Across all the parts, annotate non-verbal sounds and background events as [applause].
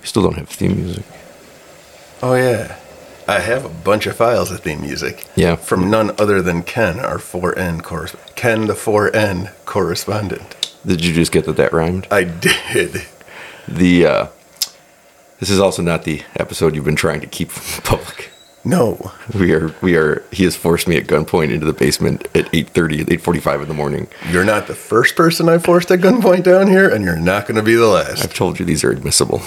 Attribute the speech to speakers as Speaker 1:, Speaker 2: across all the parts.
Speaker 1: We still don't have theme music.
Speaker 2: Oh yeah, I have a bunch of files of theme music.
Speaker 1: Yeah.
Speaker 2: from none other than Ken, our four N correspondent. Ken, the four N correspondent.
Speaker 1: Did you just get that that rhymed?
Speaker 2: I did.
Speaker 1: The uh, this is also not the episode you've been trying to keep from public.
Speaker 2: No,
Speaker 1: We are we are. He has forced me at gunpoint into the basement at eight thirty, eight forty-five in the morning.
Speaker 2: you're not the first person I forced at gunpoint down here, and you're not going to be the last.
Speaker 1: I've told you these are admissible.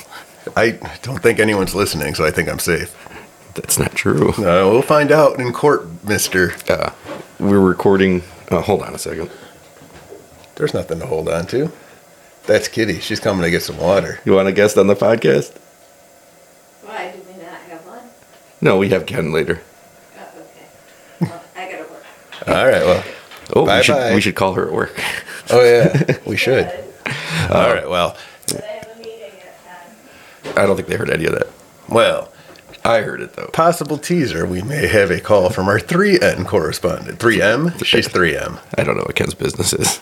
Speaker 2: I don't think anyone's listening, so I think I'm safe.
Speaker 1: That's not true.
Speaker 2: Uh, we'll find out in court, Mister.
Speaker 1: Uh, we're recording. Uh, hold on a second.
Speaker 2: There's nothing to hold on to. That's Kitty. She's coming to get some water.
Speaker 1: You want to guest on the podcast?
Speaker 3: Why do we not have one?
Speaker 1: No, we have Ken later.
Speaker 3: Oh, okay. Well, I gotta work.
Speaker 2: All right. Well.
Speaker 1: Oh, we
Speaker 2: Bye-bye.
Speaker 1: should, we should call her at work.
Speaker 2: Oh [laughs] yeah, we should. All right. Well.
Speaker 3: But I have a meeting at ten.
Speaker 1: I don't think they heard any of that.
Speaker 2: Well.
Speaker 1: I heard it though.
Speaker 2: Possible teaser. We may have a call from our 3N correspondent. 3M? She's 3M.
Speaker 1: I don't know what Ken's business is.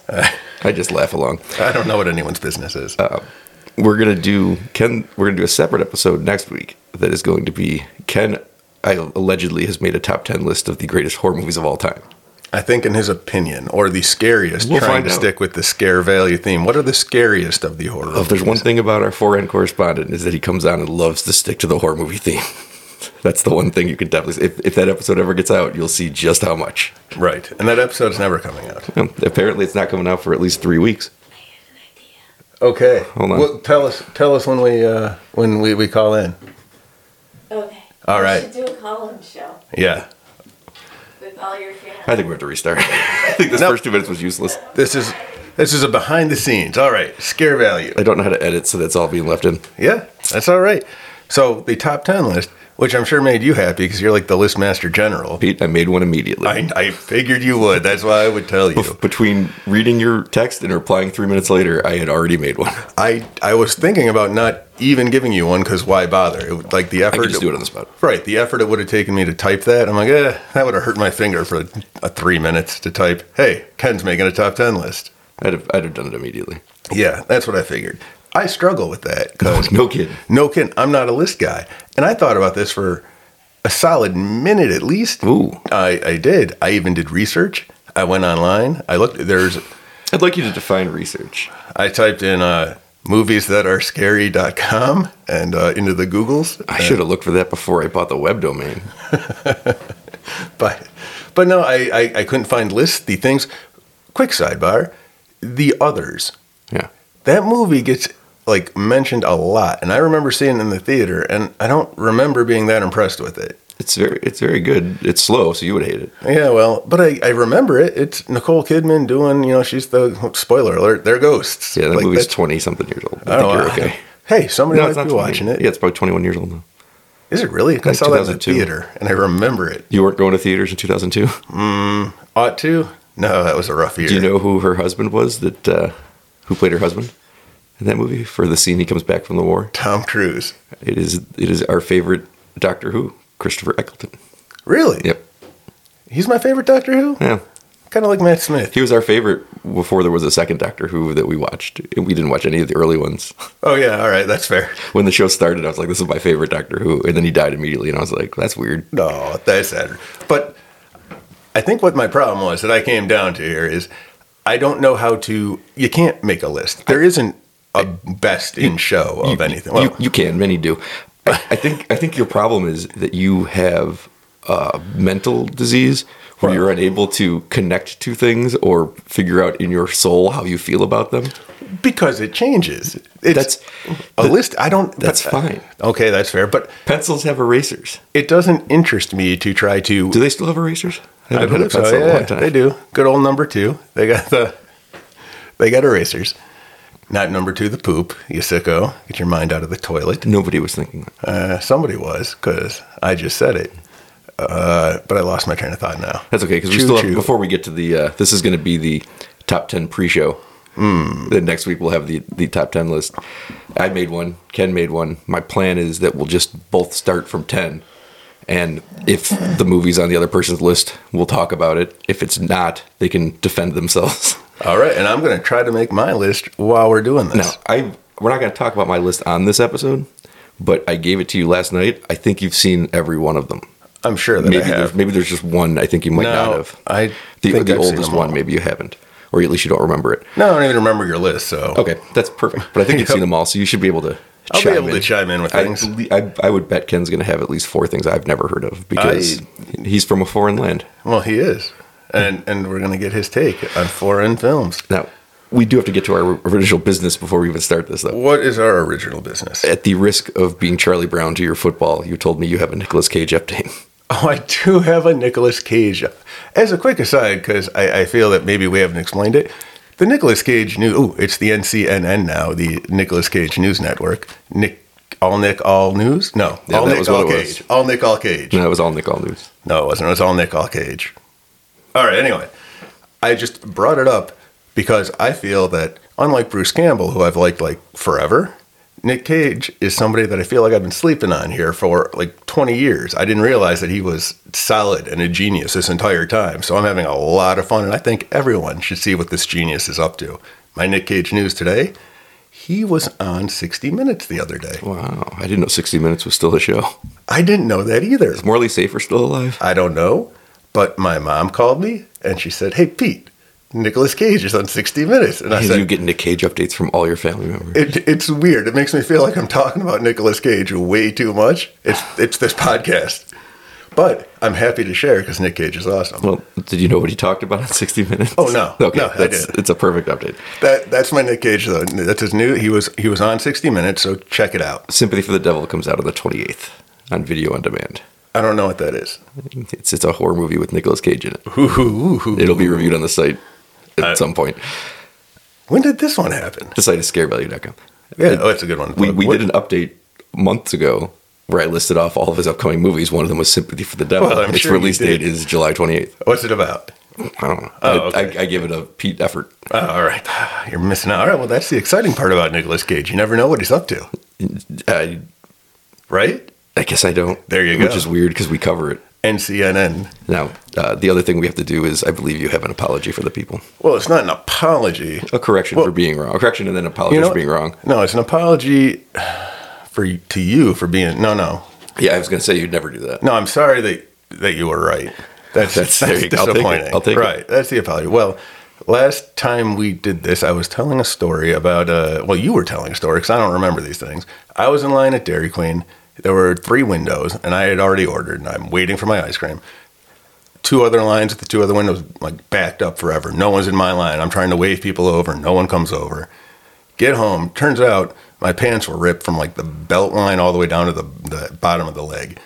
Speaker 1: I just laugh along.
Speaker 2: I don't know what anyone's business is.
Speaker 1: Uh, We're gonna do Ken. We're gonna do a separate episode next week that is going to be Ken. I allegedly has made a top ten list of the greatest horror movies of all time.
Speaker 2: I think, in his opinion, or the scariest,
Speaker 1: We'll
Speaker 2: trying
Speaker 1: find
Speaker 2: to
Speaker 1: out.
Speaker 2: stick with the scare value theme. What are the scariest of the horror?
Speaker 1: If there's one thing about our foreign correspondent is that he comes on and loves to stick to the horror movie theme. [laughs] That's the one thing you can definitely. If, if that episode ever gets out, you'll see just how much.
Speaker 2: Right. And that episode's never coming out.
Speaker 1: Um, apparently, it's not coming out for at least three weeks.
Speaker 2: Okay.
Speaker 1: Hold on.
Speaker 2: Well, tell us tell us when we uh, when we, we call in.
Speaker 3: Okay.
Speaker 2: All right.
Speaker 3: We should do a call-in show
Speaker 2: Yeah.
Speaker 3: with all your fans.
Speaker 1: I think we have to restart. [laughs] I think this
Speaker 2: No.
Speaker 1: first two minutes was useless.
Speaker 2: This is this is a behind the scenes. All right. Scare value.
Speaker 1: I don't know how to edit, so that's all being left in.
Speaker 2: Yeah, that's all right. So the top ten list, which I'm sure made you happy because you're like the list master general.
Speaker 1: Pete, I made one immediately.
Speaker 2: I, I figured you would. That's why I would tell you.
Speaker 1: Between reading your text and replying three minutes later, I had already made one.
Speaker 2: I I was thinking about not even giving you one because why bother? It, would- like the effort.
Speaker 1: I could just do it on the spot.
Speaker 2: Right, the effort it would have taken me to type that. I'm like, eh, that would have hurt my finger for a, three minutes to type. Hey, Ken's making a top ten list.
Speaker 1: I'd have, I'd have done it immediately.
Speaker 2: Yeah, that's what I figured. I struggle with that
Speaker 1: No,
Speaker 2: [laughs] because
Speaker 1: no kidding.
Speaker 2: no kid, I'm not a list guy, and I thought about this for a solid minute at least.
Speaker 1: Ooh.
Speaker 2: I, I did. I even did research. I went online. I looked. There's.
Speaker 1: I'd like you to define research.
Speaker 2: I typed in uh, movies that are scary.com and uh, into the Googles. [laughs]
Speaker 1: I should have looked for that before I bought the web domain.
Speaker 2: But, but no, I, I, I couldn't find lists. The things. Quick sidebar. The others.
Speaker 1: Yeah.
Speaker 2: That movie gets like mentioned a lot, and I remember seeing it in the theater, and I don't remember being that impressed with it.
Speaker 1: It's very it's very good. It's slow, so you would hate it.
Speaker 2: Yeah, well, but I, I remember it. It's Nicole Kidman doing, you know, she's the spoiler alert. They're ghosts.
Speaker 1: Yeah, that
Speaker 2: Like,
Speaker 1: movie's
Speaker 2: that's- oh,
Speaker 1: twenty something years old. I think
Speaker 2: I don't
Speaker 1: you're
Speaker 2: know. [laughs]
Speaker 1: okay.
Speaker 2: Hey, somebody
Speaker 1: No, it's
Speaker 2: might
Speaker 1: not
Speaker 2: be
Speaker 1: 20.
Speaker 2: watching it. Is
Speaker 1: Yeah, oh it's probably twenty one years old now.
Speaker 2: it really? 'Cause I
Speaker 1: Like
Speaker 2: saw that in the
Speaker 1: 2002.
Speaker 2: theater, and I remember it.
Speaker 1: You weren't going to theaters in two thousand two.
Speaker 2: Ought to? No, that was a rough year.
Speaker 1: Do you know who her husband was? That uh, who played her husband in that movie for the scene he comes back from the war?
Speaker 2: Tom Cruise.
Speaker 1: It is it is our favorite Doctor Who, Christopher Eccleston.
Speaker 2: Really?
Speaker 1: Yep.
Speaker 2: He's my favorite Doctor Who.
Speaker 1: Yeah.
Speaker 2: Kind of like Matt Smith.
Speaker 1: He was our favorite before there was a second Doctor Who that we watched. We didn't watch any of the early ones. [laughs]
Speaker 2: Oh yeah, all right, that's fair.
Speaker 1: When the show started, I was like, this is my favorite Doctor Who. And then he died immediately, and I was like, that's weird.
Speaker 2: No, that's sad. But I think what my problem was that I came down to here is I don't know how to. You can't make a list. There isn't a best in show of anything. Well,
Speaker 1: you, you can, many
Speaker 2: [laughs]
Speaker 1: do. I, I think I think your problem is that you have uh, mental disease where you're unable to connect to things or figure out in your soul how you feel about them.
Speaker 2: because it changes. It's
Speaker 1: That's-
Speaker 2: a list. I don't.
Speaker 1: that's fine.
Speaker 2: Okay, that's fair. But
Speaker 1: Pencils have erasers.
Speaker 2: it doesn't interest me to try to.
Speaker 1: Do they still have erasers? I
Speaker 2: I
Speaker 1: haven't
Speaker 2: believe so,
Speaker 1: pencil in a long
Speaker 2: yeah,
Speaker 1: time.
Speaker 2: they do. Good old number two. They got the. They got erasers. Not number two, the poop. You sicko. Get your mind out of the toilet.
Speaker 1: Nobody was thinking that.
Speaker 2: Uh, somebody was, because I just said it. Uh, but I lost my train of thought now.
Speaker 1: That's okay because we
Speaker 2: Choo
Speaker 1: still have,
Speaker 2: choo.
Speaker 1: before we get to the uh, this is going to be the top ten pre-show.
Speaker 2: Hmm.
Speaker 1: Then next week we'll have the the top ten list. I made one. Ken made one. My plan is that we'll just both start from ten, and if the movie's on the other person's list, we'll talk about it. If it's not, they can defend themselves. [laughs]
Speaker 2: All right, and I'm going to try to make my list while we're doing this.
Speaker 1: Now, I we're not going to talk about my list on this episode. but I gave it to you last night. I think you've seen every one of them.
Speaker 2: I'm sure that
Speaker 1: Maybe
Speaker 2: I
Speaker 1: there's,
Speaker 2: have.
Speaker 1: maybe there's just one I think you might
Speaker 2: No,
Speaker 1: not have.
Speaker 2: I
Speaker 1: the,
Speaker 2: think
Speaker 1: the
Speaker 2: I've seen
Speaker 1: oldest
Speaker 2: them
Speaker 1: one
Speaker 2: all.
Speaker 1: maybe you haven't, or at least you don't remember it.
Speaker 2: No, I don't even remember your list. So
Speaker 1: Okay, that's perfect. But I
Speaker 2: [laughs]
Speaker 1: think you've seen them all, so you should be able to.
Speaker 2: I'll be
Speaker 1: chime
Speaker 2: able
Speaker 1: in.
Speaker 2: to chime in with
Speaker 1: I
Speaker 2: things.
Speaker 1: belie- I, I would bet Ken's going to have at least four things I've never heard of because he's from a foreign land.
Speaker 2: Well, he is, and and we're gonna get his take on foreign films.
Speaker 1: Now, we do have to get to our original business before we even start this, though.
Speaker 2: What is our original business?
Speaker 1: At the risk of being Charlie Brown to your football, you told me you have a Nicolas Cage update. [laughs]
Speaker 2: Oh, I do have a Nicolas Cage. As a quick aside, because I, I feel that maybe we haven't explained it, the Nicolas Cage new. Oh, it's the NCNN now, the Nicolas Cage News Network. Nick, all Nick, all news. No,
Speaker 1: Yeah,
Speaker 2: all
Speaker 1: that
Speaker 2: Nick,
Speaker 1: was what
Speaker 2: all
Speaker 1: it was.
Speaker 2: Cage. All Nick, all Cage.
Speaker 1: And that was all Nick All News.
Speaker 2: No, it wasn't. It was all Nick All Cage. All right, anyway. I just brought it up because I feel that, unlike Bruce Campbell, who I've liked like forever, Nick Cage is somebody that I feel like I've been sleeping on here for like 20 years. I didn't realize that he was solid and a genius this entire time. So I'm having a lot of fun, and I think everyone should see what this genius is up to. My Nick Cage news today he was on 60 Minutes the other day.
Speaker 1: Wow. I didn't know 60 Minutes was still a show.
Speaker 2: I didn't know that either.
Speaker 1: Is Morley Safer still alive?
Speaker 2: I don't know, but my mom called me and she said, "Hey Pete, Nicolas Cage is on 60 Minutes," and I
Speaker 1: Because
Speaker 2: said,
Speaker 1: you get Nick Cage updates from all your family members.
Speaker 2: it, "It's weird. It makes me feel like I'm talking about Nicolas Cage way too much. It's it's this podcast, but I'm happy to share because Nick Cage is awesome.
Speaker 1: well, did you know what he talked about on [laughs] 60 Minutes?
Speaker 2: Oh, no.
Speaker 1: Okay,
Speaker 2: No, I
Speaker 1: that's,
Speaker 2: didn't.
Speaker 1: it's a perfect update.
Speaker 2: that that's my Nick Cage though. That's his new. He was he was on 60 Minutes, so check it out.
Speaker 1: Sympathy for the Devil comes out on the 28th on video on demand.
Speaker 2: I don't know what that is.
Speaker 1: It's it's a horror movie with Nicolas Cage in it.
Speaker 2: Ooh, ooh, ooh.
Speaker 1: It'll be reviewed on the site at
Speaker 2: Uh,
Speaker 1: some point.
Speaker 2: When did this one happen?
Speaker 1: The site is scarevalue.com.
Speaker 2: Yeah, oh, that's a good one.
Speaker 1: We, we
Speaker 2: What-
Speaker 1: did an update months ago where I listed off all of his upcoming movies. One of them was Sympathy for the Devil.
Speaker 2: Well, I'm
Speaker 1: its
Speaker 2: sure you
Speaker 1: release date
Speaker 2: did.
Speaker 1: is July 28th.
Speaker 2: What's it about?
Speaker 1: I don't know. I,
Speaker 2: Oh, okay.
Speaker 1: I, I gave it a Pete effort.
Speaker 2: Oh, all right. [sighs] You're missing out. All right. Well, that's the exciting part about Nicolas Cage. You never know what he's up to,
Speaker 1: I,
Speaker 2: right?
Speaker 1: I guess I don't.
Speaker 2: There you
Speaker 1: Which
Speaker 2: go.
Speaker 1: is weird because we cover it.
Speaker 2: NCNN.
Speaker 1: Now, uh, the other thing we have to do is I believe you have an apology for the people.
Speaker 2: Well, it's not an apology.
Speaker 1: A correction
Speaker 2: Well-
Speaker 1: for being wrong. A correction and then apology
Speaker 2: You know
Speaker 1: for
Speaker 2: what?
Speaker 1: being wrong.
Speaker 2: No, it's an apology for to you for being. No, no,
Speaker 1: Yeah, I was going to say you'd never do that.
Speaker 2: no. I'm sorry that that you were right.
Speaker 1: That's-
Speaker 2: That's
Speaker 1: [laughs]
Speaker 2: that's,
Speaker 1: there you go. I'll take it.
Speaker 2: disappointing.
Speaker 1: I'll take it.
Speaker 2: right. That's the apology. Well, last time we did this, I was telling a story about. Uh, well, you were telling a story because I don't remember these things. I was in line at Dairy Queen. There were three windows, and I had already ordered, and I'm waiting for my ice cream. two other lines at the two other windows like backed up forever. No one's in my line. I'm trying to wave people over. No one comes over. Get home. Turns out my pants were ripped from like the belt line all the way down to the, the bottom of the leg.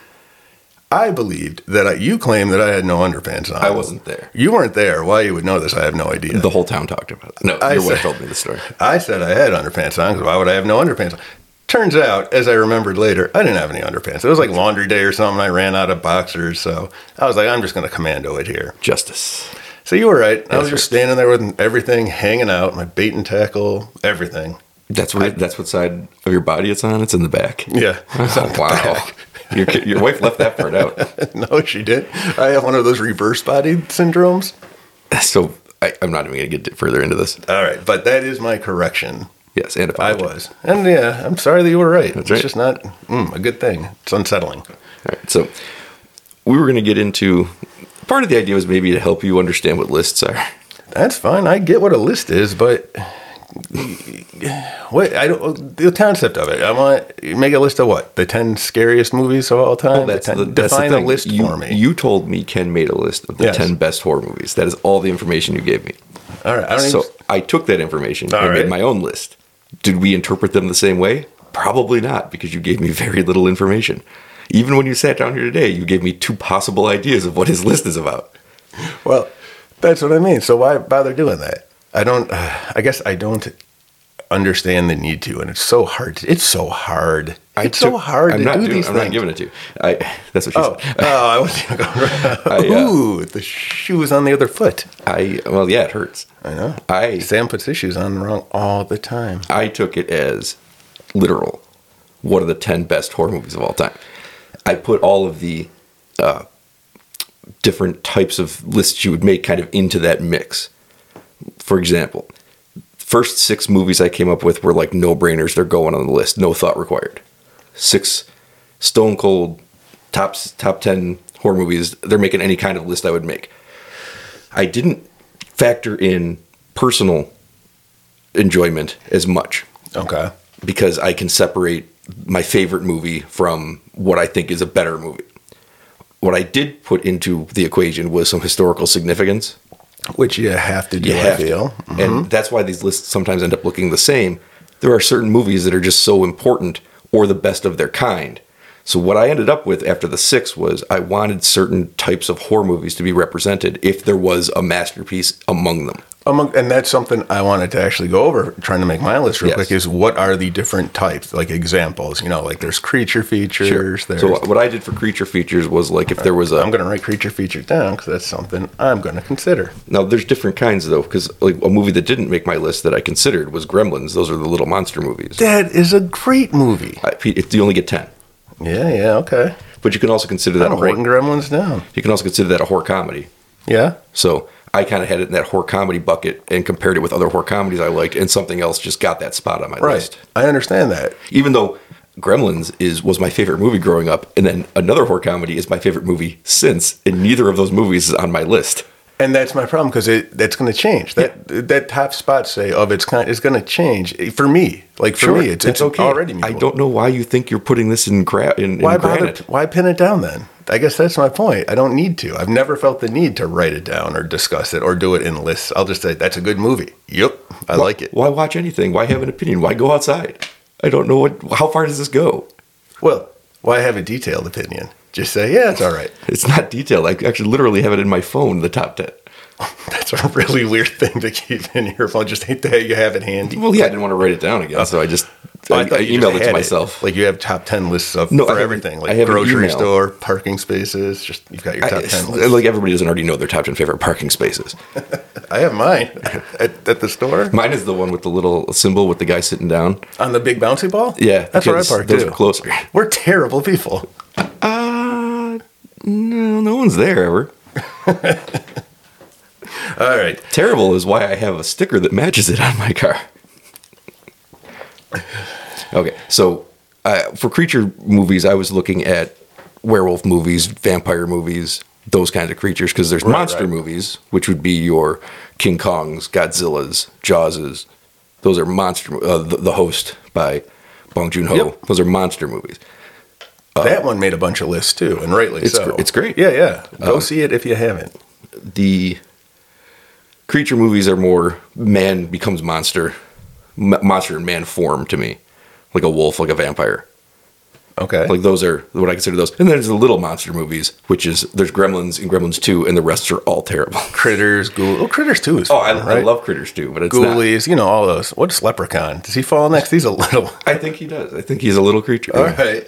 Speaker 2: I believed that I, you claimed that I had no underpants on.
Speaker 1: I wasn't there.
Speaker 2: You weren't there. Why you would know this, I have no idea.
Speaker 1: The whole town talked about it. No,
Speaker 2: I
Speaker 1: your wife
Speaker 2: said-
Speaker 1: told me the story.
Speaker 2: I said I had underpants on because why would I have no underpants on? Turns out, as I remembered later, I didn't have any underpants. It was like laundry day or something. I ran out of boxers. So I was like, I'm just going to commando it here.
Speaker 1: Justice.
Speaker 2: So you were right. I was
Speaker 1: Yes,
Speaker 2: just standing there with everything hanging out, my bait and tackle, everything.
Speaker 1: That's where. that's what side of your body it's on. It's in the back. [laughs]
Speaker 2: Yeah.
Speaker 1: Oh, wow. Your, ki- your wife left that part out.
Speaker 2: [laughs] no, she did. I have one of those reverse body syndromes.
Speaker 1: [laughs] So I, I'm not even going to get further into this.
Speaker 2: All right, but that is my correction.
Speaker 1: Yes, and
Speaker 2: I
Speaker 1: apology.
Speaker 2: was, and yeah, I'm sorry that you were right. it's
Speaker 1: right.
Speaker 2: just not mm, a good thing. It's unsettling.
Speaker 1: All right. So we were going to get into part of the idea was maybe to help you understand what lists are.
Speaker 2: That's fine. I get what a list is, but [sighs] what I don't the concept of it. I want make a list of what the ten scariest movies of all time. The 10 define a
Speaker 1: thing.
Speaker 2: list
Speaker 1: you,
Speaker 2: for me.
Speaker 1: You told me Ken made a list of the
Speaker 2: Yes.
Speaker 1: 10 best horror movies. That is all the information you gave me.
Speaker 2: all right, I don't
Speaker 1: So
Speaker 2: even,
Speaker 1: I took that information
Speaker 2: All
Speaker 1: and made
Speaker 2: right.
Speaker 1: my own list. Did we interpret them the same way? Probably not, because you gave me [laughs] very little information. Even when you sat down here today, you gave me two possible ideas of what his list is about.
Speaker 2: Well, that's what I mean. So why bother doing that? I don't. uh, I guess I don't understand the need to, and it's so hard. To, it's so hard.
Speaker 1: I
Speaker 2: it's so
Speaker 1: took-
Speaker 2: hard
Speaker 1: I'm
Speaker 2: to
Speaker 1: not
Speaker 2: do
Speaker 1: doing-
Speaker 2: these
Speaker 1: I'm
Speaker 2: things.
Speaker 1: not giving it to you. I, that's what she
Speaker 2: oh,
Speaker 1: said.
Speaker 2: oh, I was going
Speaker 1: [laughs] I, uh,
Speaker 2: Ooh, the shoe is on the other foot.
Speaker 1: I, well, yeah, it hurts.
Speaker 2: I know.
Speaker 1: I,
Speaker 2: Sam puts his shoes on wrong all the time.
Speaker 1: I took it as literal. What are the 10 best horror movies of all time? I put all of the uh, different types of lists you would make kind of into that mix. For example, first six movies I came up with were like no brainers, they're going on the list, no thought required. six stone cold top top ten horror movies. They're making any kind of list I would make. I didn't factor in personal enjoyment as much
Speaker 2: Okay.
Speaker 1: because I can separate my favorite movie from what I think is a better movie. What I did put into the equation was some historical significance.
Speaker 2: Which you have to do,
Speaker 1: You
Speaker 2: I
Speaker 1: have to.
Speaker 2: feel. Mm-hmm.
Speaker 1: And that's why these lists sometimes end up looking the same. There are certain movies that are just so important or the best of their kind. So what I ended up with after the six was I wanted certain types of horror movies to be represented if there was a masterpiece among them.
Speaker 2: Among, and that's something I wanted to actually go over, trying to make my list real
Speaker 1: Yes.
Speaker 2: quick, is what are the different types, like examples? You know, like there's creature features. There's,
Speaker 1: So what I did for creature features was like if there was a
Speaker 2: I'm going to write creature features down because that's something I'm going to consider.
Speaker 1: Now there's different kinds though, because like a movie that didn't make my list that I considered was Gremlins. Those are the little monster movies.
Speaker 2: That is a great movie.
Speaker 1: I, it, you only get ten,
Speaker 2: Yeah, yeah, okay.
Speaker 1: but you can also consider that a
Speaker 2: I'm writing
Speaker 1: horror,
Speaker 2: Gremlins down.
Speaker 1: you can also consider that a horror comedy.
Speaker 2: Yeah.
Speaker 1: So I kind of had it in that horror comedy bucket and compared it with other horror comedies I liked, and something else just got that spot on my
Speaker 2: Right.
Speaker 1: list.
Speaker 2: I understand that.
Speaker 1: Even though Gremlins is was my favorite movie growing up, and then another horror comedy is my favorite movie since, and neither of those movies is on my list.
Speaker 2: And that's my problem because it that's going to change. That that top spot say of its kind is going to change Eh, for me. Like for me, it's, it's okay. already.
Speaker 1: I
Speaker 2: mutual.
Speaker 1: don't know why you think you're putting this in, gra- in, in
Speaker 2: Why bother?
Speaker 1: granite.
Speaker 2: Why pin it down then? I guess that's my point. I don't need to. I've never felt the need to write it down or discuss it or do it in lists. I'll just say that's a good movie. Yep, I like it.
Speaker 1: Why watch anything? Why have an opinion? Why go outside? I don't know what. How far does this go?
Speaker 2: Well, why have a detailed opinion? Just say yeah, it's all right. [laughs]
Speaker 1: It's not detailed. I actually literally have it in my phone. The top ten.
Speaker 2: That's a really weird thing to keep in your phone. Just hate that you have it handy.
Speaker 1: Well, yeah, I didn't want to write it down again, so I just Oh, I,
Speaker 2: thought
Speaker 1: I
Speaker 2: you just
Speaker 1: emailed it
Speaker 2: had
Speaker 1: to myself.
Speaker 2: Like you have top ten lists of
Speaker 1: No, I
Speaker 2: for
Speaker 1: have-
Speaker 2: everything,
Speaker 1: I
Speaker 2: like
Speaker 1: have an
Speaker 2: grocery
Speaker 1: email.
Speaker 2: store, parking spaces. Just you've got your
Speaker 1: I-
Speaker 2: top ten
Speaker 1: it's-
Speaker 2: list.
Speaker 1: like everybody doesn't already know their top ten favorite parking spaces.
Speaker 2: I have mine [laughs] at, at the store
Speaker 1: Mine is the one with the little symbol with the guy sitting down.
Speaker 2: on the big bouncy ball.
Speaker 1: Yeah,
Speaker 2: that's where I
Speaker 1: because
Speaker 2: park
Speaker 1: Those
Speaker 2: too.
Speaker 1: are closer.
Speaker 2: We're terrible people.
Speaker 1: Uh, no, no one's there ever.
Speaker 2: All right.
Speaker 1: Terrible is why I have a sticker that matches it on my car. Okay, so uh, for creature movies, I was looking at werewolf movies, vampire movies, those kinds of creatures, because there's monster
Speaker 2: right.
Speaker 1: movies, which would be your King Kong's, Godzilla's, Jaws's. Those are monster. mo- Uh, the, the Host by Bong Joon Ho.
Speaker 2: Yep.
Speaker 1: Those are monster movies.
Speaker 2: that one made a bunch of lists too, and rightly
Speaker 1: Uh, It's
Speaker 2: so.
Speaker 1: gr- it's great. Uh,
Speaker 2: Yeah, yeah. Go see it if you haven't.
Speaker 1: the creature movies are more man becomes monster, m- monster and man form to me, like a wolf, like a vampire.
Speaker 2: Okay.
Speaker 1: Like those are what I consider those. And then there's the little monster movies, which is there's Gremlins and Gremlins Two, and the rest are all terrible. [laughs]
Speaker 2: critters, ghouls. Oh, critters too is.
Speaker 1: Oh, I,
Speaker 2: fun,
Speaker 1: I
Speaker 2: right?
Speaker 1: love Critters too, but it's not.
Speaker 2: ghoulies. You know all those. What's leprechaun? Does he fall next? He's
Speaker 1: [laughs]
Speaker 2: a little.
Speaker 1: I think he does. I think he's a little creature.
Speaker 2: [laughs] All right.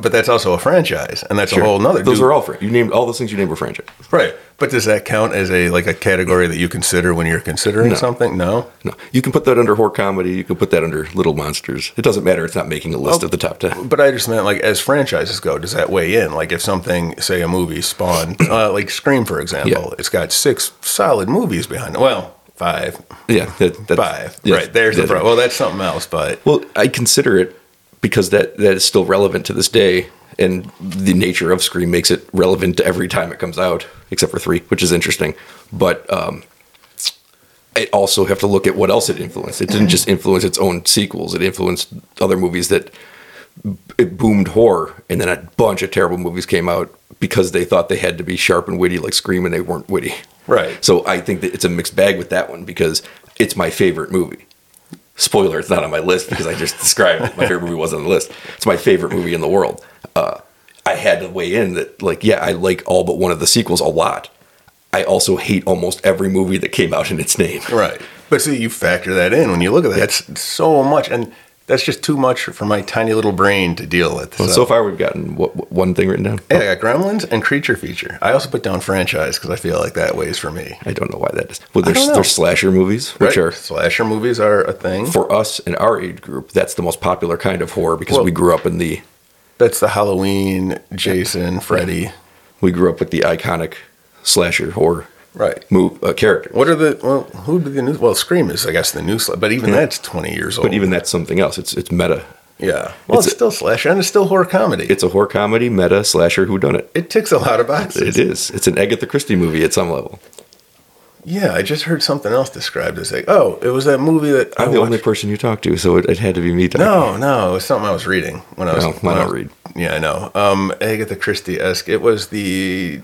Speaker 2: But that's also a franchise, and that's
Speaker 1: Sure.
Speaker 2: a whole nother.
Speaker 1: Those
Speaker 2: dude.
Speaker 1: are all fr- you named all those things you named were franchise.
Speaker 2: right. But does that count as a like a category that you consider when you're considering
Speaker 1: No.
Speaker 2: something? No.
Speaker 1: No, you can put that under horror comedy. You can put that under little monsters. It doesn't matter. It's not making a list
Speaker 2: Oh.
Speaker 1: of the top ten.
Speaker 2: But I just meant like as franchises go, does that weigh in? Like if something, say a movie
Speaker 1: [clears throat]
Speaker 2: spawned, uh, like Scream for example,
Speaker 1: Yeah.
Speaker 2: it's got six solid movies behind it. Well, five,
Speaker 1: Yeah, that, that's,
Speaker 2: five.
Speaker 1: yes,
Speaker 2: right there's the
Speaker 1: that-
Speaker 2: problem. Well, that's something else, but
Speaker 1: Well, I consider it because that that is still relevant to this day, and the nature of Scream makes it relevant to every time it comes out, except for three, which is interesting. But um, I also have to look at what else it influenced. It didn't just influence its own sequels; it influenced other movies that it boomed horror, and then a bunch of terrible movies came out because they thought they had to be sharp and witty like Scream, and they weren't witty.
Speaker 2: right.
Speaker 1: So I think that it's a mixed bag with that one because it's my favorite movie. Spoiler, it's not on my list because I just [laughs] described it. My favorite movie wasn't on the list. It's my favorite movie in the world. Uh, I had to weigh in that, like, yeah, I like all but one of the sequels a lot. I also hate almost every movie that came out in its name.
Speaker 2: Right. But see, you factor that in when you look at that. That's so much, and that's just too much for my tiny little brain to deal with.
Speaker 1: So, far, we've gotten what, what- one thing written down.
Speaker 2: yeah, I got Gremlins and Creature Feature. I also put down franchise because I feel like that weighs for me.
Speaker 1: I don't know why that is. Well, there's,
Speaker 2: don't know.
Speaker 1: there's slasher movies, which
Speaker 2: Right?
Speaker 1: are
Speaker 2: slasher movies are a thing.
Speaker 1: for us in our age group. That's the most popular kind of horror because
Speaker 2: Well-
Speaker 1: we grew up in the
Speaker 2: That's the Halloween, Jason, Freddy.
Speaker 1: we grew up with the iconic slasher horror
Speaker 2: Right.
Speaker 1: move uh, character.
Speaker 2: What are the well? Who did the new? Well, Scream is, I guess, the new sl- but even that's twenty years old.
Speaker 1: But even that's something else. It's it's meta.
Speaker 2: Yeah. Well,
Speaker 1: It's
Speaker 2: it's,
Speaker 1: a-
Speaker 2: still slasher and it's still horror comedy.
Speaker 1: It's a horror comedy, meta, slasher, whodunit.
Speaker 2: it ticks a lot of boxes.
Speaker 1: It is. It's an Agatha Christie movie at some level.
Speaker 2: Yeah, I just heard something else described as like, oh, it was that movie that I
Speaker 1: I'm the only
Speaker 2: watched-
Speaker 1: person you talk to, so it, it had to be me. Talking.
Speaker 2: No, no, it was something I was reading when I
Speaker 1: [laughs]
Speaker 2: was.
Speaker 1: No,
Speaker 2: when
Speaker 1: I don't
Speaker 2: was-
Speaker 1: read.
Speaker 2: Yeah, I know. Um, Agatha Christie esque. It was the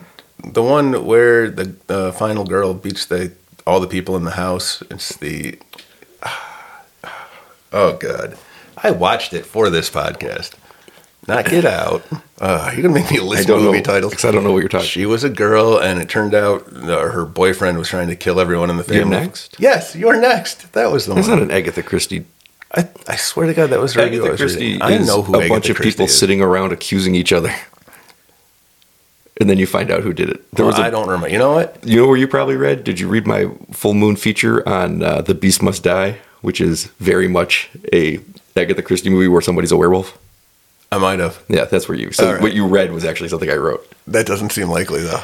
Speaker 2: the one where the uh, final girl beats the all the people in the house. It's the [sighs] oh god, I watched it for this podcast. Not get out. Uh, you're gonna make me
Speaker 1: I
Speaker 2: list
Speaker 1: don't
Speaker 2: movie
Speaker 1: know
Speaker 2: titles
Speaker 1: because I don't know what you're talking.
Speaker 2: She was a girl, and it turned out uh, her boyfriend was trying to kill everyone in the
Speaker 1: You're
Speaker 2: family.
Speaker 1: next?
Speaker 2: Yes, you're next. That was the
Speaker 1: That's
Speaker 2: one.
Speaker 1: not an Agatha Christie.
Speaker 2: I, I swear to God, that was her.
Speaker 1: Agatha Christie.
Speaker 2: I
Speaker 1: is
Speaker 2: know who
Speaker 1: a
Speaker 2: Agatha
Speaker 1: bunch of
Speaker 2: Christie
Speaker 1: people
Speaker 2: is.
Speaker 1: sitting around accusing each other, [laughs] and then you find out who did it. There
Speaker 2: Well,
Speaker 1: was a,
Speaker 2: I don't remember. You know what?
Speaker 1: You know where you probably read? Did you read my full moon feature on uh, The Beast Must Die, which is very much a Agatha Christie movie where somebody's a werewolf?
Speaker 2: I might have.
Speaker 1: Yeah, that's where you. So
Speaker 2: All right.
Speaker 1: what you read was actually something I wrote.
Speaker 2: That doesn't seem likely though.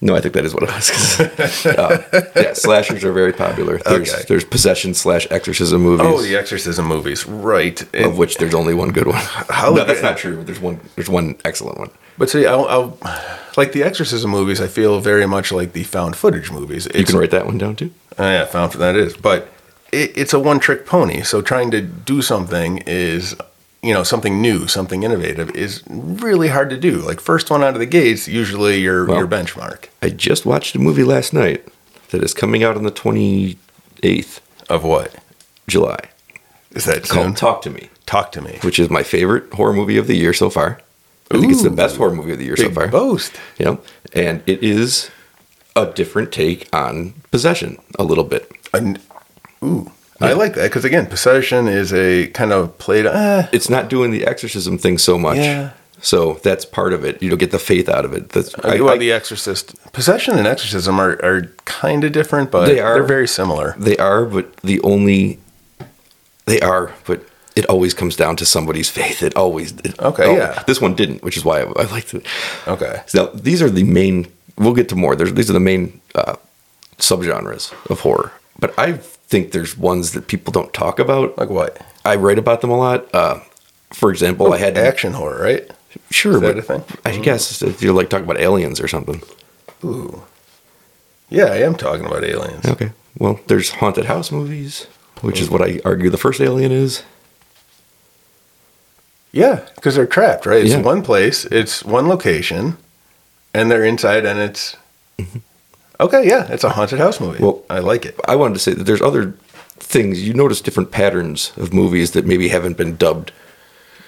Speaker 1: No, I think that is what it was. [laughs] uh, yeah, slashers are very popular. There's,
Speaker 2: Okay.
Speaker 1: there's possession slash exorcism movies.
Speaker 2: Oh, the exorcism movies, right?
Speaker 1: Of which there's only one good one.
Speaker 2: How-
Speaker 1: no, that's not true. But there's one. There's one excellent one.
Speaker 2: but see, I'll, I'll like the exorcism movies. I feel very much like the found footage movies. It's,
Speaker 1: You can write that one down too.
Speaker 2: Oh, yeah, found that is, but it, it's a one trick pony. So trying to do something is, you know, something new, something innovative is really hard to do. Like first one out of the gates, usually your
Speaker 1: Well-
Speaker 2: your benchmark
Speaker 1: I just watched a movie last night that is coming out on the 28th
Speaker 2: of what
Speaker 1: July
Speaker 2: is that? soon?
Speaker 1: called Talk to Me,
Speaker 2: Talk to me.
Speaker 1: which is my favorite horror movie of the year so far. I think it's the
Speaker 2: Ooh.
Speaker 1: best horror movie of the year so
Speaker 2: Big
Speaker 1: far.
Speaker 2: boast.
Speaker 1: Yep. And it is a different take on possession a little bit.
Speaker 2: And, ooh, I like that because again, possession is a kind of played. Uh,
Speaker 1: It's not doing the exorcism thing so much.
Speaker 2: Yeah. Uh,
Speaker 1: So that's part of it. You know, get the faith out of it. That's I,
Speaker 2: well,
Speaker 1: I-
Speaker 2: the Exorcist, possession and exorcism are, are kind of different, but
Speaker 1: They are.
Speaker 2: They're very similar.
Speaker 1: they are, but the only they are, but it always comes down to somebody's faith. It always it, oh,
Speaker 2: Okay, yeah.
Speaker 1: This one didn't, which is why I, I liked it.
Speaker 2: Okay.
Speaker 1: Now these are the main. We'll get to more. There's, these are the main uh, subgenres of horror, but I think there's ones that people don't talk about.
Speaker 2: Like what?
Speaker 1: I write about them a lot. Uh, for example, I had
Speaker 2: Action horror, right?
Speaker 1: sure,
Speaker 2: is that
Speaker 1: but
Speaker 2: a thing?
Speaker 1: I guess if you're like talking about aliens or something.
Speaker 2: Ooh. Yeah, I am talking about aliens.
Speaker 1: Okay. Well, there's haunted house movies, which is what I argue the first Alien is.
Speaker 2: Yeah, because they're trapped, right? It's
Speaker 1: Yeah.
Speaker 2: one place, it's one location, and they're inside, and it's. Okay, yeah, it's a haunted house movie.
Speaker 1: Mm-hmm. Well-
Speaker 2: I like it.
Speaker 1: I wanted to say that there's other things you notice different patterns of movies that maybe haven't been dubbed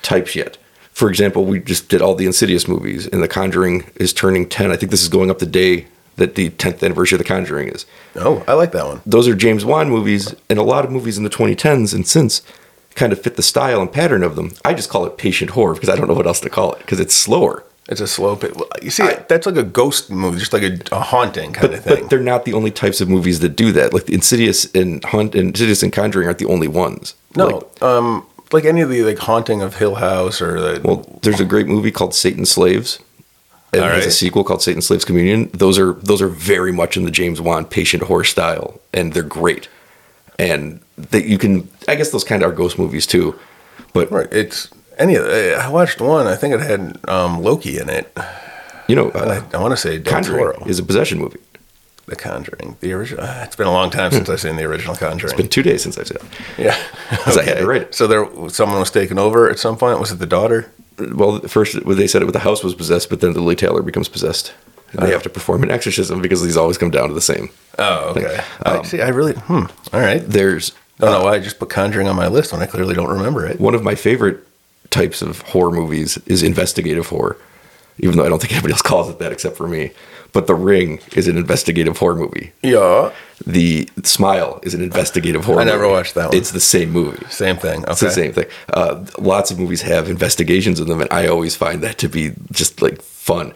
Speaker 1: types yet. For example, we just did all the Insidious movies, and The Conjuring is turning 10. I think this is going up the day that the 10th anniversary of The Conjuring is.
Speaker 2: Oh, I like that one.
Speaker 1: Those are James Wan movies, and a lot of movies in the 2010s and since kind of fit the style and pattern of them. I just call it patient horror because I don't know what else to call it because it's slower.
Speaker 2: It's a slow pit. Well, You see, that's like a ghost movie, just like a, a haunting kind of thing.
Speaker 1: But they're not the only types of movies that do that. Like the Insidious and Hunt, Insidious and Conjuring aren't the only ones.
Speaker 2: no,
Speaker 1: Like,
Speaker 2: like, um, like any of the like haunting of Hill House or the
Speaker 1: Well, there's a great movie called Satan's Slaves. And
Speaker 2: All
Speaker 1: there's a
Speaker 2: right.
Speaker 1: sequel called Satan's Slaves Communion. Those are those are very much in the James Wan patient horror style, and they're great. And that you can, I guess, those kind of are ghost movies too. But
Speaker 2: right, it's any of. the- I watched one. I think it had um, Loki in it.
Speaker 1: you know,
Speaker 2: And
Speaker 1: uh,
Speaker 2: I, I want to say Del
Speaker 1: Conjuring
Speaker 2: Toro.
Speaker 1: is a possession movie.
Speaker 2: The Conjuring, the original. ah, It's been a long time since I've seen the original Conjuring.
Speaker 1: Hmm. Been two days since I've seen [laughs]
Speaker 2: yeah,
Speaker 1: 'Cause I had to write it.
Speaker 2: So there, someone was taken over at some point. Was it the daughter?
Speaker 1: it. Well, at first it- they said it, the house was possessed, but then Lily Taylor becomes possessed. And they
Speaker 2: Oh.
Speaker 1: have to perform an exorcism because these always come down to the same.
Speaker 2: Oh, okay. I,
Speaker 1: um,
Speaker 2: see, I really. Hmm. All right.
Speaker 1: There's uh,
Speaker 2: Don't know why I just put Conjuring on my list when I clearly don't remember it.
Speaker 1: one of my favorite types of horror movies is investigative horror, even though I don't think anybody else [laughs] calls it that except for me. But The Ring is an investigative horror movie.
Speaker 2: Yeah.
Speaker 1: The Smile is an investigative horror.
Speaker 2: I never
Speaker 1: movie.
Speaker 2: watched that one.
Speaker 1: It's the same movie.
Speaker 2: Same thing. Okay.
Speaker 1: It's the same thing. Uh, lots of movies have investigations in them, and I always find that to be just like fun.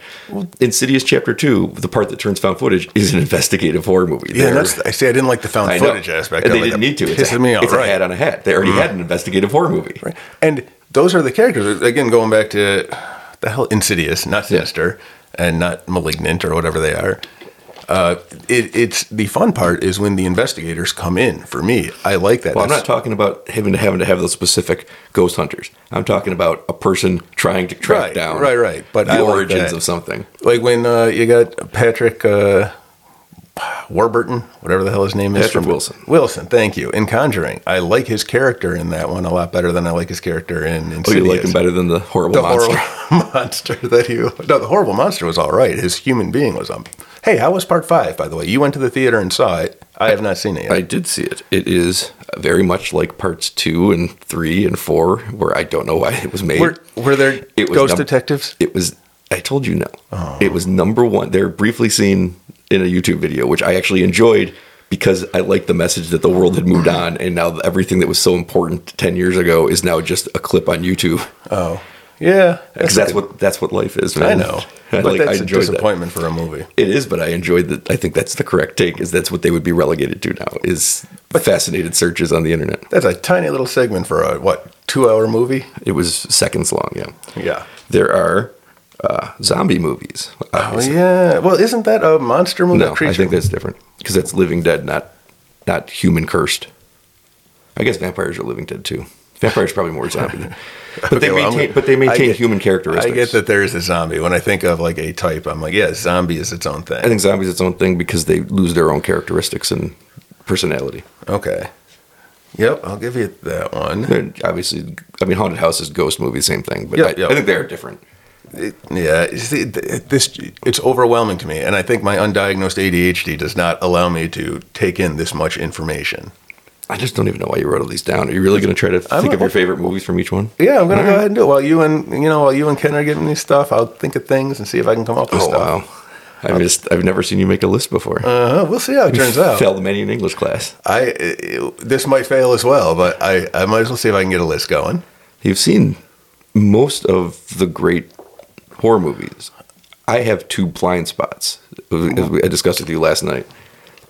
Speaker 1: Insidious Chapter Two, the part that turns found footage, is an investigative horror movie.
Speaker 2: Yeah,
Speaker 1: They're-
Speaker 2: and that's. I see. I didn't like the found
Speaker 1: I know.
Speaker 2: footage aspect.
Speaker 1: and
Speaker 2: of
Speaker 1: they
Speaker 2: it.
Speaker 1: didn't
Speaker 2: That
Speaker 1: need to. It's,
Speaker 2: Pisses
Speaker 1: a,
Speaker 2: me off.
Speaker 1: it's a
Speaker 2: right. Mm-hmm.
Speaker 1: hat on a hat. They already had an investigative horror movie.
Speaker 2: Right. And those are the characters. Again, going back to the hell Insidious, not Sinister, and not Malignant or whatever they are. Uh, it, it's the fun part is when the investigators come in. For me, I like that.
Speaker 1: Well, I'm
Speaker 2: That's-
Speaker 1: not talking about having to having to have those specific ghost hunters. I'm talking about a person trying to track
Speaker 2: Right,
Speaker 1: down
Speaker 2: right, right. But
Speaker 1: the
Speaker 2: I like
Speaker 1: origins
Speaker 2: that.
Speaker 1: of something. Oh,
Speaker 2: like when uh, you got Patrick uh, Warburton, whatever the hell his name is,
Speaker 1: Patrick Wilson.
Speaker 2: Wilson, thank you. In Conjuring, I like his character in that one a lot better than I like his character in
Speaker 1: Oh,
Speaker 2: Insidious.
Speaker 1: you like him better than the horrible
Speaker 2: the
Speaker 1: monster.
Speaker 2: horrible [laughs] monster that he no the horrible monster was all right his human being was um hey how was part five by the way you went to the theater and saw it i have not seen it yet
Speaker 1: I did see it. It is very much like parts two and three and four, where I don't know why it was made.
Speaker 2: were, were there
Speaker 1: It was
Speaker 2: ghost
Speaker 1: num-
Speaker 2: detectives Oh.
Speaker 1: It was. I told you no. It was number one. They're briefly seen in a YouTube video, which I actually enjoyed because I liked the message that the world had
Speaker 2: [clears throat]
Speaker 1: moved on, and now everything that was so important ten years ago is now just a clip on
Speaker 2: [laughs]
Speaker 1: YouTube.
Speaker 2: oh yeah
Speaker 1: Because that's what that's what life is.
Speaker 2: i
Speaker 1: Man.
Speaker 2: know
Speaker 1: [laughs] I,
Speaker 2: but
Speaker 1: like, I
Speaker 2: that's a
Speaker 1: enjoyed that.
Speaker 2: disappointment for a movie
Speaker 1: It is, but I enjoyed that. I think that's the correct take. Is that's what they would be relegated to now? Is fascinated searches on the internet.
Speaker 2: that's a tiny little segment for a what two hour movie
Speaker 1: It was seconds long. Yeah,
Speaker 2: yeah
Speaker 1: there are uh, zombie movies.
Speaker 2: oh
Speaker 1: obviously.
Speaker 2: yeah well isn't that a monster movie
Speaker 1: No,
Speaker 2: creature
Speaker 1: I think that's different because that's Living Dead, not not human cursed. I guess vampires are Living Dead too. Vampires probably more zombie,
Speaker 2: [laughs]
Speaker 1: than- but
Speaker 2: Okay,
Speaker 1: they
Speaker 2: well, I'm
Speaker 1: maintain
Speaker 2: gonna-
Speaker 1: but they
Speaker 2: I
Speaker 1: maintain
Speaker 2: get-
Speaker 1: human characteristics.
Speaker 2: I get that there is a zombie. When I think of like a type, I'm like, yeah, zombie is its own thing.
Speaker 1: I think zombies its own thing because they lose their own characteristics and personality.
Speaker 2: okay. Yep, I'll give you that one.
Speaker 1: They're obviously, I mean, haunted houses, ghost movie, same thing. But
Speaker 2: Yeah,
Speaker 1: I,
Speaker 2: yeah.
Speaker 1: I think they are different.
Speaker 2: Yeah, you see, th- this it's overwhelming to me, and I think my undiagnosed ADHD does not allow me to take in this much information.
Speaker 1: I just don't even know why you wrote all these down. Are you really going to try to
Speaker 2: I'm
Speaker 1: think
Speaker 2: a-
Speaker 1: of your favorite movies from each one?
Speaker 2: Yeah, I'm gonna go ahead and do it while you and you know while you and Ken are getting me stuff. I'll think of things and see if I can come up with
Speaker 1: Oh
Speaker 2: stuff.
Speaker 1: wow! I missed. I've never seen you make a list before.
Speaker 2: Uh-huh, we'll see how it
Speaker 1: [laughs]
Speaker 2: turns out.
Speaker 1: Failed many in English class.
Speaker 2: I it- this might fail as well, but I I might as well see if I can get a list going.
Speaker 1: You've seen most of the great horror movies. I have two blind spots, as we- I discussed with you last night.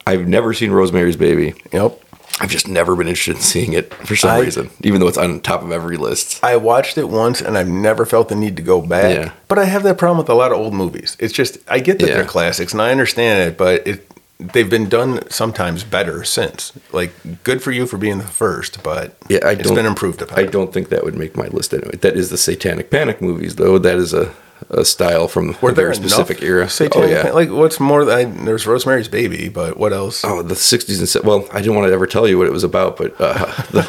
Speaker 1: I've never seen Rosemary's Baby.
Speaker 2: Yep.
Speaker 1: I've just never been interested in seeing it for some
Speaker 2: I-
Speaker 1: reason, even though it's on top of every list.
Speaker 2: I watched it once and I've never felt the need to go back.
Speaker 1: Yeah.
Speaker 2: But I have that problem with a lot of old movies. It's just I get that
Speaker 1: Yeah.
Speaker 2: they're classics and I understand it, but it they've been done sometimes better since. Like good for you for being the first, but
Speaker 1: Yeah, I
Speaker 2: it's
Speaker 1: don't-
Speaker 2: been improved upon.
Speaker 1: I don't think that would make my list anyway. That is the Satanic Panic movies, though. That is a, a style from a
Speaker 2: Were there
Speaker 1: very specific era.
Speaker 2: Satanic,
Speaker 1: oh, yeah.
Speaker 2: Like what's more? I, there's Rosemary's Baby, but what else?
Speaker 1: Oh, the 60s and se- well, I didn't want to ever tell you what it was about, but uh, [laughs] the,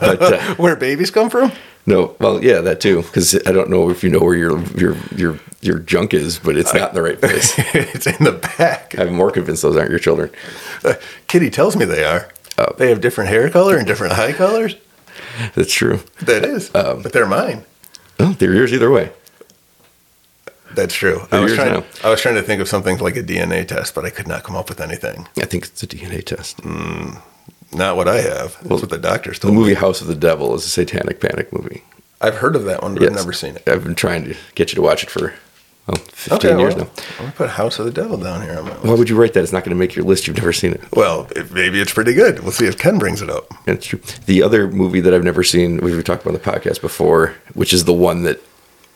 Speaker 1: but uh,
Speaker 2: Where babies come from? [laughs]
Speaker 1: No, well, yeah, that too. Because I don't know if you know where your your your your junk is, but it's not in
Speaker 2: [laughs]
Speaker 1: the right place.
Speaker 2: it's in the back.
Speaker 1: I'm more convinced those aren't your children.
Speaker 2: Kitty tells me they are.
Speaker 1: Oh.
Speaker 2: they have different hair color and different eye colors.
Speaker 1: That's true.
Speaker 2: That is,
Speaker 1: Um,
Speaker 2: but they're mine.
Speaker 1: Oh, they're yours either way.
Speaker 2: That's true. I
Speaker 1: They're
Speaker 2: was,
Speaker 1: yours
Speaker 2: trying,
Speaker 1: now.
Speaker 2: I was trying to think of something like a DNA test, but I could not come up with anything.
Speaker 1: I think it's a DNA test.
Speaker 2: Not what I have. That's what the doctors
Speaker 1: The
Speaker 2: told me.
Speaker 1: movie House of the Devil is a satanic panic movie.
Speaker 2: I've heard of that one, but
Speaker 1: Yes.
Speaker 2: I've never seen it.
Speaker 1: I've been trying to get you to watch it for well, 15 years
Speaker 2: well,
Speaker 1: now.
Speaker 2: I'm going to put House of the Devil down here. On my
Speaker 1: Why would you write that? It's not going to make your list. You've never seen it.
Speaker 2: well, it, maybe it's pretty good. We'll see if Ken brings it up.
Speaker 1: That's true. The other movie that I've never seen, which we talked about on the podcast before, which is the one that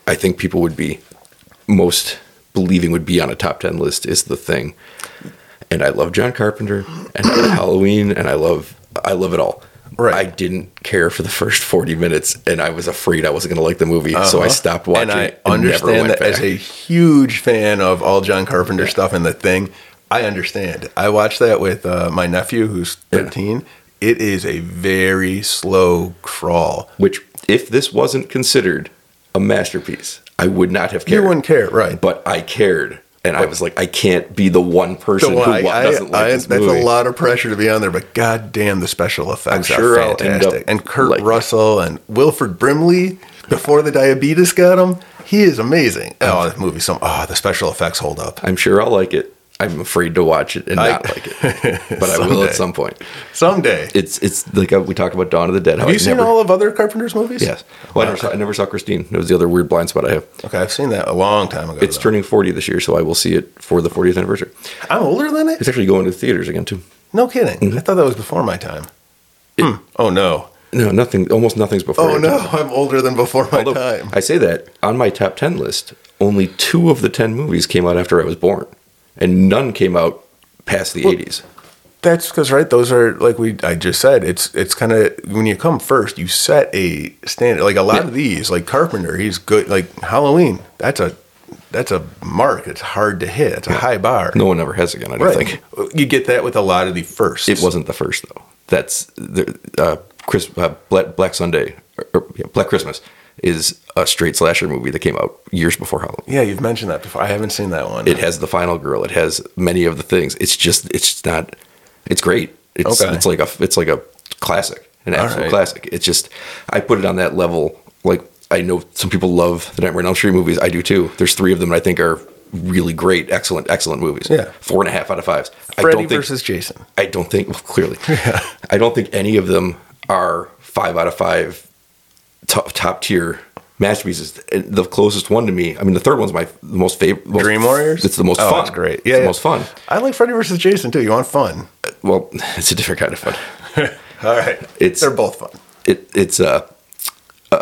Speaker 1: I think people would be most believing would be on a top 10 list, is The Thing. And I love John Carpenter and I love Halloween and I love I love it all.
Speaker 2: Right.
Speaker 1: I didn't care for the first 40 minutes and I was afraid I wasn't going to like the movie, so I
Speaker 2: Uh-huh.
Speaker 1: stopped watching
Speaker 2: And I
Speaker 1: it and never
Speaker 2: understand
Speaker 1: went
Speaker 2: that as
Speaker 1: back.
Speaker 2: a huge fan of all John Carpenter stuff and the thing. I understand. I watched that with uh, my nephew, who's 13. It is a very slow crawl.
Speaker 1: which if this wasn't considered a masterpiece, I would not have cared.
Speaker 2: You wouldn't care, right?
Speaker 1: but I cared, and I was like, I can't be the one person
Speaker 2: So
Speaker 1: who
Speaker 2: I, I-
Speaker 1: doesn't like
Speaker 2: I-
Speaker 1: this
Speaker 2: that's
Speaker 1: movie.
Speaker 2: a lot of pressure to be on there, but goddamn, the special effects
Speaker 1: sure
Speaker 2: are
Speaker 1: I'll end
Speaker 2: fantastic.
Speaker 1: up
Speaker 2: and Kurt
Speaker 1: like-
Speaker 2: Russell and Wilford Brimley before the diabetes got him, he is amazing. Oh, that movie, some oh, the special effects hold up.
Speaker 1: I'm sure I'll like it. I'm afraid to watch it and
Speaker 2: I-
Speaker 1: not like it,
Speaker 2: [laughs]
Speaker 1: but I will
Speaker 2: Someday.
Speaker 1: at some point.
Speaker 2: Someday,
Speaker 1: It's it's like uh, we talk about Dawn of the Dead. How
Speaker 2: have you
Speaker 1: I
Speaker 2: seen
Speaker 1: never,
Speaker 2: all of other Carpenter's movies? Oh,
Speaker 1: Yes. Well, I never, saw, I never saw Christine. It was the other weird blind spot I have.
Speaker 2: Okay, I've seen that a long time ago.
Speaker 1: It's
Speaker 2: though.
Speaker 1: turning 40 this year, so I will see it for the 40th anniversary.
Speaker 2: I'm older than it.
Speaker 1: It's actually going to theaters again too.
Speaker 2: No kidding.
Speaker 1: Mm-hmm.
Speaker 2: I thought that was before my time. Hmm. Oh no.
Speaker 1: No, nothing. Almost nothing's before.
Speaker 2: Oh
Speaker 1: it.
Speaker 2: no, I'm older than before my
Speaker 1: Although,
Speaker 2: time.
Speaker 1: I say that on my top 10 list, only two of the 10 movies came out after I was born, and none came out past the
Speaker 2: Well-
Speaker 1: 80s.
Speaker 2: That's because right, those are like we I just said. It's it's kind of when you come first, you set a standard. Like a lot of these, like Carpenter, he's good. Like Halloween, that's a that's a mark. It's hard to hit. It's a high bar.
Speaker 1: No one ever has again, I don't
Speaker 2: right.
Speaker 1: think.
Speaker 2: You get that with a lot of the firsts.
Speaker 1: It wasn't the first though. That's the uh, Chris uh, Black, Black Sunday or, or, yeah, Black Christmas is a straight slasher movie that came out years before Halloween.
Speaker 2: Yeah, you've mentioned that before. I haven't seen that one.
Speaker 1: It has the final girl. It has many of the things. It's just it's just not. It's great. It's
Speaker 2: Okay.
Speaker 1: it's like a it's like a classic, an
Speaker 2: All
Speaker 1: absolute
Speaker 2: right.
Speaker 1: classic. It's just I put it on that level. Like I know some people love the Nightmare on Elm Street movies. I do too. There's three of them that I think are really great, excellent, excellent movies.
Speaker 2: Yeah.
Speaker 1: four and a half out of fives. I
Speaker 2: Freddy
Speaker 1: don't think
Speaker 2: versus Jason.
Speaker 1: I don't think well,
Speaker 2: [laughs]
Speaker 1: clearly. I don't think any of them are five out of five top top tier masterpieces. And The closest one to me, I mean, the third one's my f- the most favorite.
Speaker 2: Dream Warriors.
Speaker 1: It's the most
Speaker 2: Oh,
Speaker 1: fun.
Speaker 2: That's great.
Speaker 1: It's
Speaker 2: Yeah,
Speaker 1: the
Speaker 2: yeah.
Speaker 1: most fun.
Speaker 2: I like Freddy versus Jason too. You want fun?
Speaker 1: Well, [laughs] it's a different kind of fun.
Speaker 2: All right.
Speaker 1: It's-
Speaker 2: they're both fun.
Speaker 1: It it's uh, uh,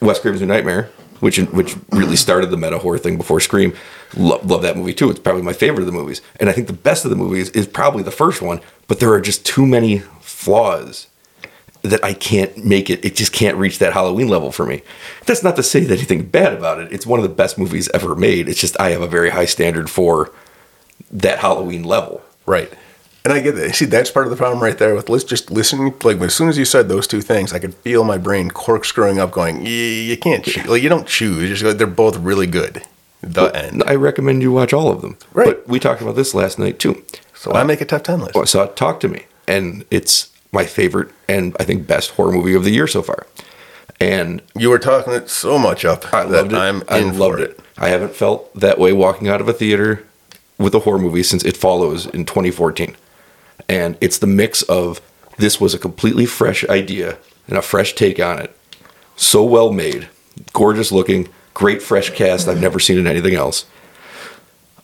Speaker 1: Wes Craven's New Nightmare, which which really started the meta horror thing before Scream. Love, love that movie too. It's probably my favorite of the movies, and I think the best of the movies is probably the first one. But there are just too many flaws that I can't make it. It just can't reach that Halloween level for me. That's not to say that anything bad about it. It's one of the best movies ever made. It's just I have a very high standard for that Halloween level.
Speaker 2: Right. And I get that. See, that's part of the problem right there with let's just listen. Like, as soon as you said those two things, I could feel my brain corkscrewing up, going, "Y- you can't choose. Like, you don't choose. You just go, they're both really good. The end.
Speaker 1: I recommend you watch all of them.
Speaker 2: Right.
Speaker 1: But we talked about this last night too.
Speaker 2: So I make a top 10 list.
Speaker 1: I saw Talk to Me, and it's my favorite and I think best horror movie of the year so far. And
Speaker 2: You were talking it so much up
Speaker 1: I
Speaker 2: that
Speaker 1: loved it.
Speaker 2: I'm
Speaker 1: I
Speaker 2: in
Speaker 1: loved
Speaker 2: for
Speaker 1: it. I haven't felt that way walking out of a theater with a horror movie since It Follows in 2014. And it's the mix of this was a completely fresh idea and a fresh take on it. So well made, gorgeous looking, great fresh cast I've never seen in anything else.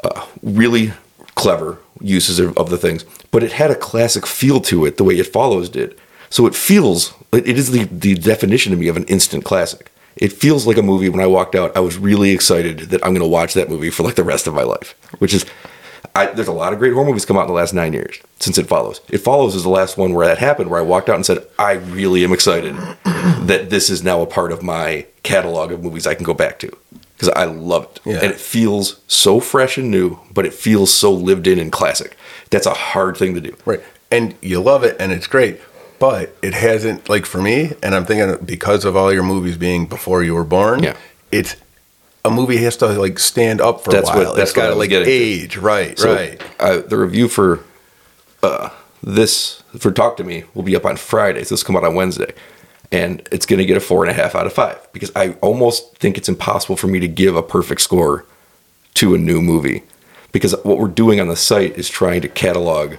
Speaker 1: Uh, really clever uses of, of the things, but it had a classic feel to it the way It Follows did. So it feels, it it is the, the definition to me of an instant classic. It feels like a movie when I walked out, I was really excited that I'm going to watch that movie for like the rest of my life, which is, I, there's a lot of great horror movies come out in the last nine years since It Follows. It Follows is the last one where that happened, where I walked out and said, I really am excited that this is now a part of my catalog of movies I can go back to because I love it.
Speaker 2: Yeah.
Speaker 1: And it feels so fresh and new, but it feels so lived in and classic. That's a hard thing to do.
Speaker 2: Right. And you love it and it's great, but it hasn't like for me, and I'm thinking because of all your movies being before you were born,
Speaker 1: Yeah.
Speaker 2: it's a movie has to like stand up for
Speaker 1: That's
Speaker 2: a
Speaker 1: what-
Speaker 2: while.
Speaker 1: that's
Speaker 2: it's got
Speaker 1: what I
Speaker 2: to
Speaker 1: was
Speaker 2: like
Speaker 1: getting to.
Speaker 2: age, right,
Speaker 1: So,
Speaker 2: right.
Speaker 1: Uh, the review for uh, this for Talk to Me will be up on Friday. So this will come out on Wednesday, and it's going to get a four and a half out of five because I almost think it's impossible for me to give a perfect score to a new movie because what we're doing on the site is trying to catalog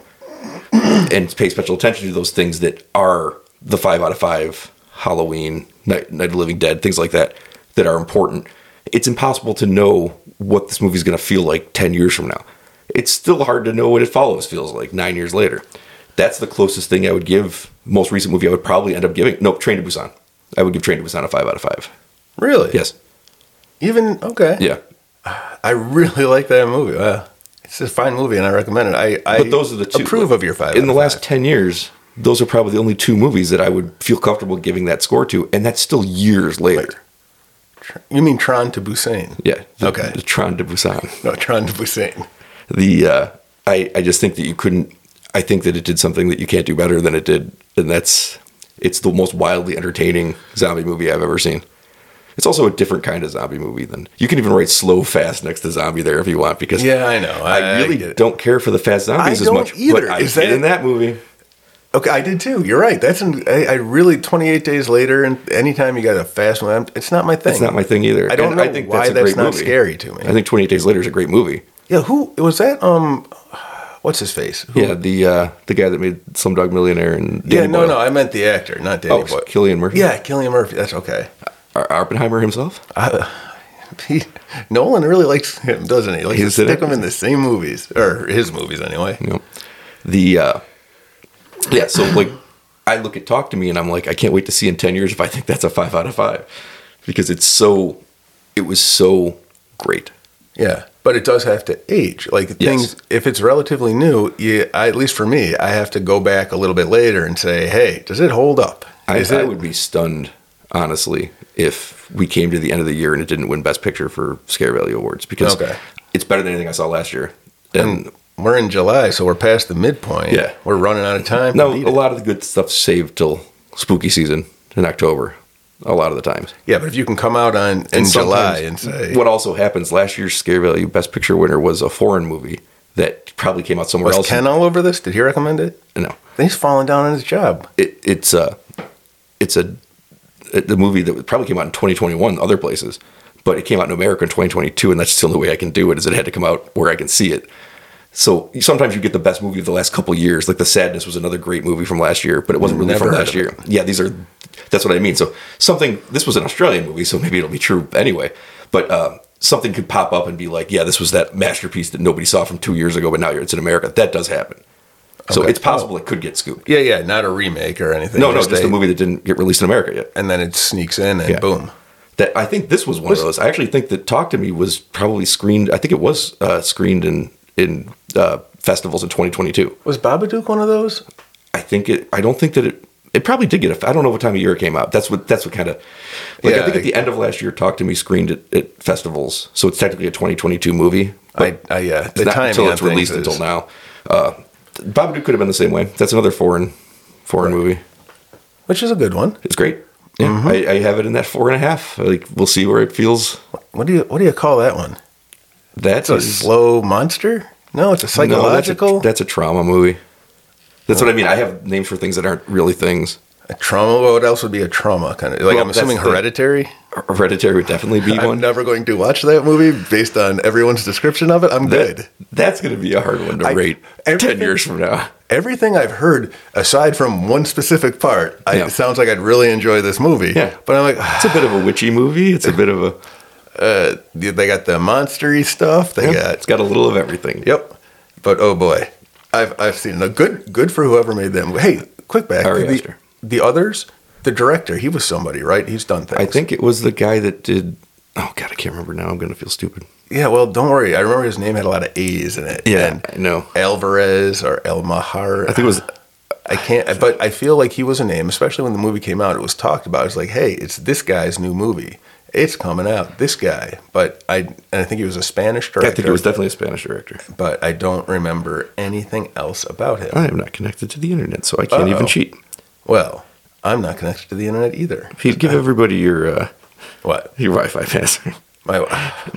Speaker 1: and pay special attention to those things that are the five out of five Halloween, Night, Night of the Living Dead, things like that that are important. It's impossible to know what this movie's going to feel like 10 years from now. It's still hard to know what it follows feels like nine years later. That's the closest thing I would give. Most recent movie I would probably end up giving. Nope, Train to Busan. I would give Train to Busan a five out of five.
Speaker 2: Really?
Speaker 1: Yes.
Speaker 2: Even okay.
Speaker 1: Yeah.
Speaker 2: I really like that movie. Uh, it's a fine movie and I recommend it. I, I
Speaker 1: But those are the two.
Speaker 2: approve of your five.
Speaker 1: In the
Speaker 2: out of
Speaker 1: last
Speaker 2: five.
Speaker 1: 10 years, those are probably the only two movies that I would feel comfortable giving that score to. And that's still years later.
Speaker 2: you mean Tron to Busan?
Speaker 1: Yeah. The,
Speaker 2: Okay.
Speaker 1: The Tron de Busan.
Speaker 2: No, Tron to Busan.
Speaker 1: The uh, I I just think that you couldn't. I think that it did something that you can't do better than it did, and that's it's the most wildly entertaining zombie movie I've ever seen. It's also a different kind of zombie movie than you can even write slow fast next to zombie there if you want because
Speaker 2: Yeah, I know. I,
Speaker 1: I, really
Speaker 2: get it.
Speaker 1: don't care for the fast zombies as
Speaker 2: don't
Speaker 1: much.
Speaker 2: either.
Speaker 1: But I
Speaker 2: Is
Speaker 1: did
Speaker 2: that-
Speaker 1: in that movie?
Speaker 2: Okay, I did too. You're right. That's an, I, I really 28 days later, and anytime you got a fast one, I'm- it's not my thing.
Speaker 1: It's not my thing either.
Speaker 2: I don't
Speaker 1: And
Speaker 2: know why that's not scary to me.
Speaker 1: I think Twenty Eight Days Later is a great movie.
Speaker 2: Yeah, who was that? Um, what's his face? Who-
Speaker 1: Yeah, the uh, the guy that made Slumdog Millionaire and Danny
Speaker 2: yeah. No,
Speaker 1: Boyle.
Speaker 2: no, I meant the actor, not Danny
Speaker 1: oh,
Speaker 2: Boyle.
Speaker 1: Killian Murphy.
Speaker 2: yeah, Killian Murphy. That's okay.
Speaker 1: Ar- Oppenheimer himself.
Speaker 2: I, he, Nolan really likes him, doesn't he? He Likes to
Speaker 1: He's in
Speaker 2: stick
Speaker 1: it.
Speaker 2: him in the same movies or his movies anyway.
Speaker 1: you know the uh yeah so like i look at talk to me and i'm like i can't wait to see in 10 years if i think that's a five out of five because it's so it was so great
Speaker 2: Yeah. but it does have to age. Like things, if it's relatively new, you, I, at least for me, I have to go back a little bit later and say, hey, does it hold up?
Speaker 1: I,
Speaker 2: Is
Speaker 1: I
Speaker 2: it-
Speaker 1: would be stunned, honestly, if we came to the end of the year and it didn't win Best Picture for Scare Value Awards because
Speaker 2: Okay.
Speaker 1: it's better than anything I saw last year. And
Speaker 2: We're in July, so we're past the midpoint.
Speaker 1: Yeah.
Speaker 2: We're running out of time. to
Speaker 1: no,
Speaker 2: beat
Speaker 1: a
Speaker 2: it.
Speaker 1: lot of the good stuff's saved till spooky season in October. A lot of the times.
Speaker 2: Yeah, but if you can come out on in
Speaker 1: And
Speaker 2: July and
Speaker 1: sometimes-
Speaker 2: say,
Speaker 1: what also happens last year's Scare Value Best Picture winner was a foreign movie that probably came out somewhere
Speaker 2: was
Speaker 1: else.
Speaker 2: Ken all over this? Did he recommend it?
Speaker 1: no,
Speaker 2: Then he's falling down on his job.
Speaker 1: it, it's a it's a the movie that probably came out in 2021 other places but it came out in america in 2022 and that's the only way i can do it is it had to come out where i can see it so sometimes you get the best movie of the last couple years like the sadness was another great movie from last year but it wasn't really
Speaker 2: Never
Speaker 1: from
Speaker 2: heard
Speaker 1: last
Speaker 2: of
Speaker 1: year yeah these are that's what i mean so something this was an australian movie so maybe it'll be true anyway but uh, something could pop up and be like yeah this was that masterpiece that nobody saw from two years ago but now it's in america that does happen so
Speaker 2: Okay.
Speaker 1: it's possible it could get scooped
Speaker 2: Yeah, yeah, not a remake or anything.
Speaker 1: no, no, just
Speaker 2: they-
Speaker 1: a movie that didn't get released in America yet.
Speaker 2: And then it sneaks in and
Speaker 1: Yeah.
Speaker 2: boom.
Speaker 1: That I think this was one of those. I actually think that Talk to Me was probably screened. I think it was uh, screened in in uh, festivals in 2022.
Speaker 2: Was Babadook one of those?
Speaker 1: I think it. I don't think that it. It probably did get a. I don't know what time of year it came out. That's what. That's what kind of. Like I
Speaker 2: Yeah,
Speaker 1: think
Speaker 2: I-
Speaker 1: at the end of last year, Talk to Me screened at, at festivals, so it's technically a 2022 movie.
Speaker 2: I, I yeah.
Speaker 1: It's
Speaker 2: The
Speaker 1: not
Speaker 2: timing
Speaker 1: until
Speaker 2: on
Speaker 1: it's released
Speaker 2: things is-
Speaker 1: until now. Uh, Babadook could have been the same way. That's another foreign foreign movie.
Speaker 2: which is a good one.
Speaker 1: It's great. Yeah, I, I have it in that four and a half. Like we'll see where it feels.
Speaker 2: What do you what do you call that one?
Speaker 1: That's
Speaker 2: It's a slow monster. No, it's a psychological.
Speaker 1: that's, a, that's a trauma movie. That's what I mean. I have names for things that aren't really things.
Speaker 2: a trauma. What else would be a trauma kind of? Like
Speaker 1: Well,
Speaker 2: I'm
Speaker 1: that's
Speaker 2: assuming
Speaker 1: the-
Speaker 2: hereditary.
Speaker 1: Hereditary would definitely [laughs] be
Speaker 2: I'm
Speaker 1: one.
Speaker 2: never going to watch that movie based on everyone's description of it. I'm
Speaker 1: That-
Speaker 2: good.
Speaker 1: That's going to be a hard one to
Speaker 2: I-
Speaker 1: rate ten
Speaker 2: everything-
Speaker 1: years from now.
Speaker 2: Everything I've heard, aside from one specific part, I,
Speaker 1: Yeah.
Speaker 2: it sounds like I'd really enjoy this movie.
Speaker 1: Yeah.
Speaker 2: But I'm like, [sighs] "Ah,
Speaker 1: It's a bit of a witchy movie. It's a bit of a.
Speaker 2: they got the monstery stuff. They got
Speaker 1: It's got a little of everything.
Speaker 2: Yep. But oh boy, I've I've seen a good good for whoever made them. Hey, quick back
Speaker 1: Ari
Speaker 2: to the,
Speaker 1: Aster.
Speaker 2: the others. The director, he was somebody, right? He's done things.
Speaker 1: I think it was the guy that did. Oh God, I can't remember now. I'm going to feel stupid.
Speaker 2: Yeah. Well, don't worry. I remember his name had a lot of A's in it. And
Speaker 1: I know.
Speaker 2: Alvarez or El Mahar.
Speaker 1: I think it was.
Speaker 2: I can't. But I feel like he was a name, especially when the movie came out. It was talked about. It was like, hey, it's this guy's new movie. It's coming out. This guy. But I and I think he was a Spanish director.
Speaker 1: I think it was definitely a Spanish director.
Speaker 2: But I don't remember anything else about him.
Speaker 1: I am not connected to the internet, so I can't
Speaker 2: Uh-oh.
Speaker 1: even cheat.
Speaker 2: Well, I'm not connected to the internet either.
Speaker 1: Pete, give everybody your uh,
Speaker 2: What?
Speaker 1: your Wi-Fi password. [laughs]
Speaker 2: My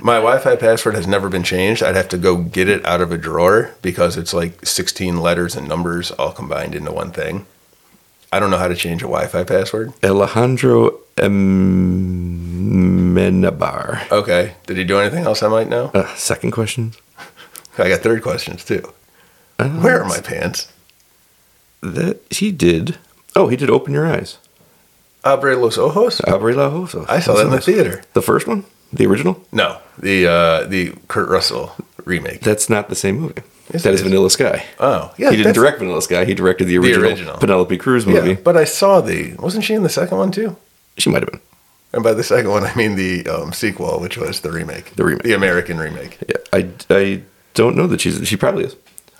Speaker 2: my Wi-Fi password has never been changed. I'd have to go get it out of a drawer because it's like 16 letters and numbers all combined into one thing. I don't know how to change a Wi-Fi password.
Speaker 1: Alejandro Menabar.
Speaker 2: Okay. Did he do anything else I might know?
Speaker 1: Uh, second question.
Speaker 2: I got third questions too.
Speaker 1: Uh,
Speaker 2: Where are my pants?
Speaker 1: That he did. Oh, he did. Open your eyes.
Speaker 2: Abre los ojos?
Speaker 1: Abre la Hosa.
Speaker 2: I saw that in the theater.
Speaker 1: The first one, the original.
Speaker 2: No, the uh, the Kurt Russell remake.
Speaker 1: That's not the same movie.
Speaker 2: Yes,
Speaker 1: that
Speaker 2: it
Speaker 1: is
Speaker 2: is.
Speaker 1: Vanilla Sky.
Speaker 2: Oh, yeah.
Speaker 1: he didn't
Speaker 2: that's-
Speaker 1: direct Vanilla Sky. He directed the original,
Speaker 2: original.
Speaker 1: Penelope Cruz
Speaker 2: Yeah,
Speaker 1: movie.
Speaker 2: but I saw the. Wasn't she in the second one too?
Speaker 1: She might have been.
Speaker 2: And by the second one, I mean the um, sequel, which was the remake.
Speaker 1: The remake.
Speaker 2: The American remake.
Speaker 1: Yeah, I, I don't know that she's. She probably is.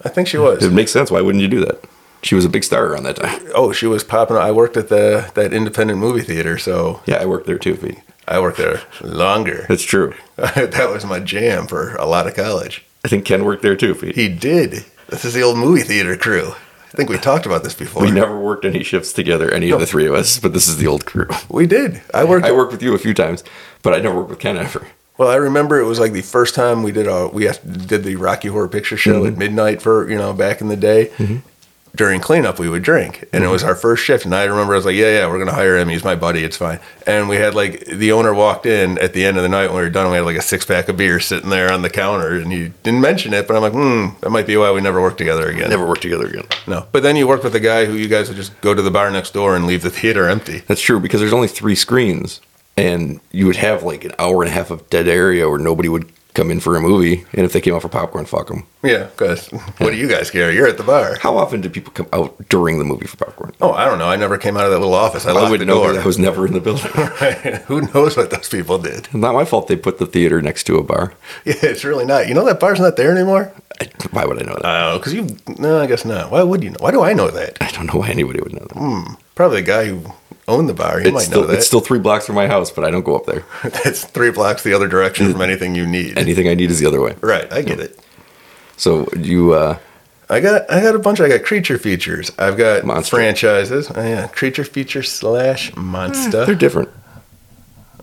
Speaker 2: I think she was.
Speaker 1: It makes sense. Why wouldn't you do that? She was a big star around that time.
Speaker 2: oh, she was popping. I worked at the that independent movie theater, so
Speaker 1: Yeah, I worked there too. Pete.
Speaker 2: I worked there longer. [laughs]
Speaker 1: That's true.
Speaker 2: that was my jam for a lot of college.
Speaker 1: I think Ken worked there too. Pete.
Speaker 2: He did. This is the old movie theater crew. I think we talked about this before.
Speaker 1: We never worked any shifts together, any of the three of us, but this is the old crew.
Speaker 2: We did. I worked.
Speaker 1: I worked with you a few times, but I never worked with Ken ever.
Speaker 2: Well, I remember it was like the first time we did a we have- did the Rocky Horror Picture Show
Speaker 1: Mm-hmm.
Speaker 2: at midnight for you know back in the day. During cleanup, we would drink, and it was
Speaker 1: Mm-hmm.
Speaker 2: our first shift. And I remember I was like, "Yeah, yeah, we're gonna hire him. He's my buddy. It's fine." And we had like the owner walked in at the end of the night when we were done. We had like a six pack of beer sitting there on the counter, and he didn't mention it. But I'm like, "Hmm, that might be why we never worked together again."
Speaker 1: Never worked together again.
Speaker 2: No. But then you worked with a guy who you guys would just go to the bar next door and leave the theater empty.
Speaker 1: That's true because there's only three screens, and you would have like an hour and a half of dead area where nobody would come in for a movie, and if they came out for popcorn, fuck them.
Speaker 2: Yeah, because what do you guys care? You're at the bar.
Speaker 1: How often do people come out during the movie for popcorn?
Speaker 2: Oh, I don't know. I never came out of that little office. I,
Speaker 1: I
Speaker 2: locked the
Speaker 1: wouldn't know
Speaker 2: door.
Speaker 1: because I was never in the building. [laughs]
Speaker 2: [laughs] Who knows what those people did? [laughs]
Speaker 1: Not my fault they put the theater next to a bar.
Speaker 2: Yeah, it's really not. You know that bar's not there anymore.
Speaker 1: I- Why would I know that?
Speaker 2: Oh, because you. No, I guess not. Why would you know? Why do I know that?
Speaker 1: I don't know why anybody would know that.
Speaker 2: Probably the guy who owned the bar. He
Speaker 1: it's,
Speaker 2: might
Speaker 1: still,
Speaker 2: know that.
Speaker 1: it's
Speaker 2: [laughs]
Speaker 1: still three blocks from my house, but I don't go up there.
Speaker 2: That's three blocks the other direction from anything you need.
Speaker 1: Anything I need is the other way.
Speaker 2: right, I get it.
Speaker 1: So you, uh,
Speaker 2: I got I got a bunch. I got creature features. I've got
Speaker 1: Monster.
Speaker 2: franchises. Oh yeah, creature feature slash monster.
Speaker 1: Ah, they're different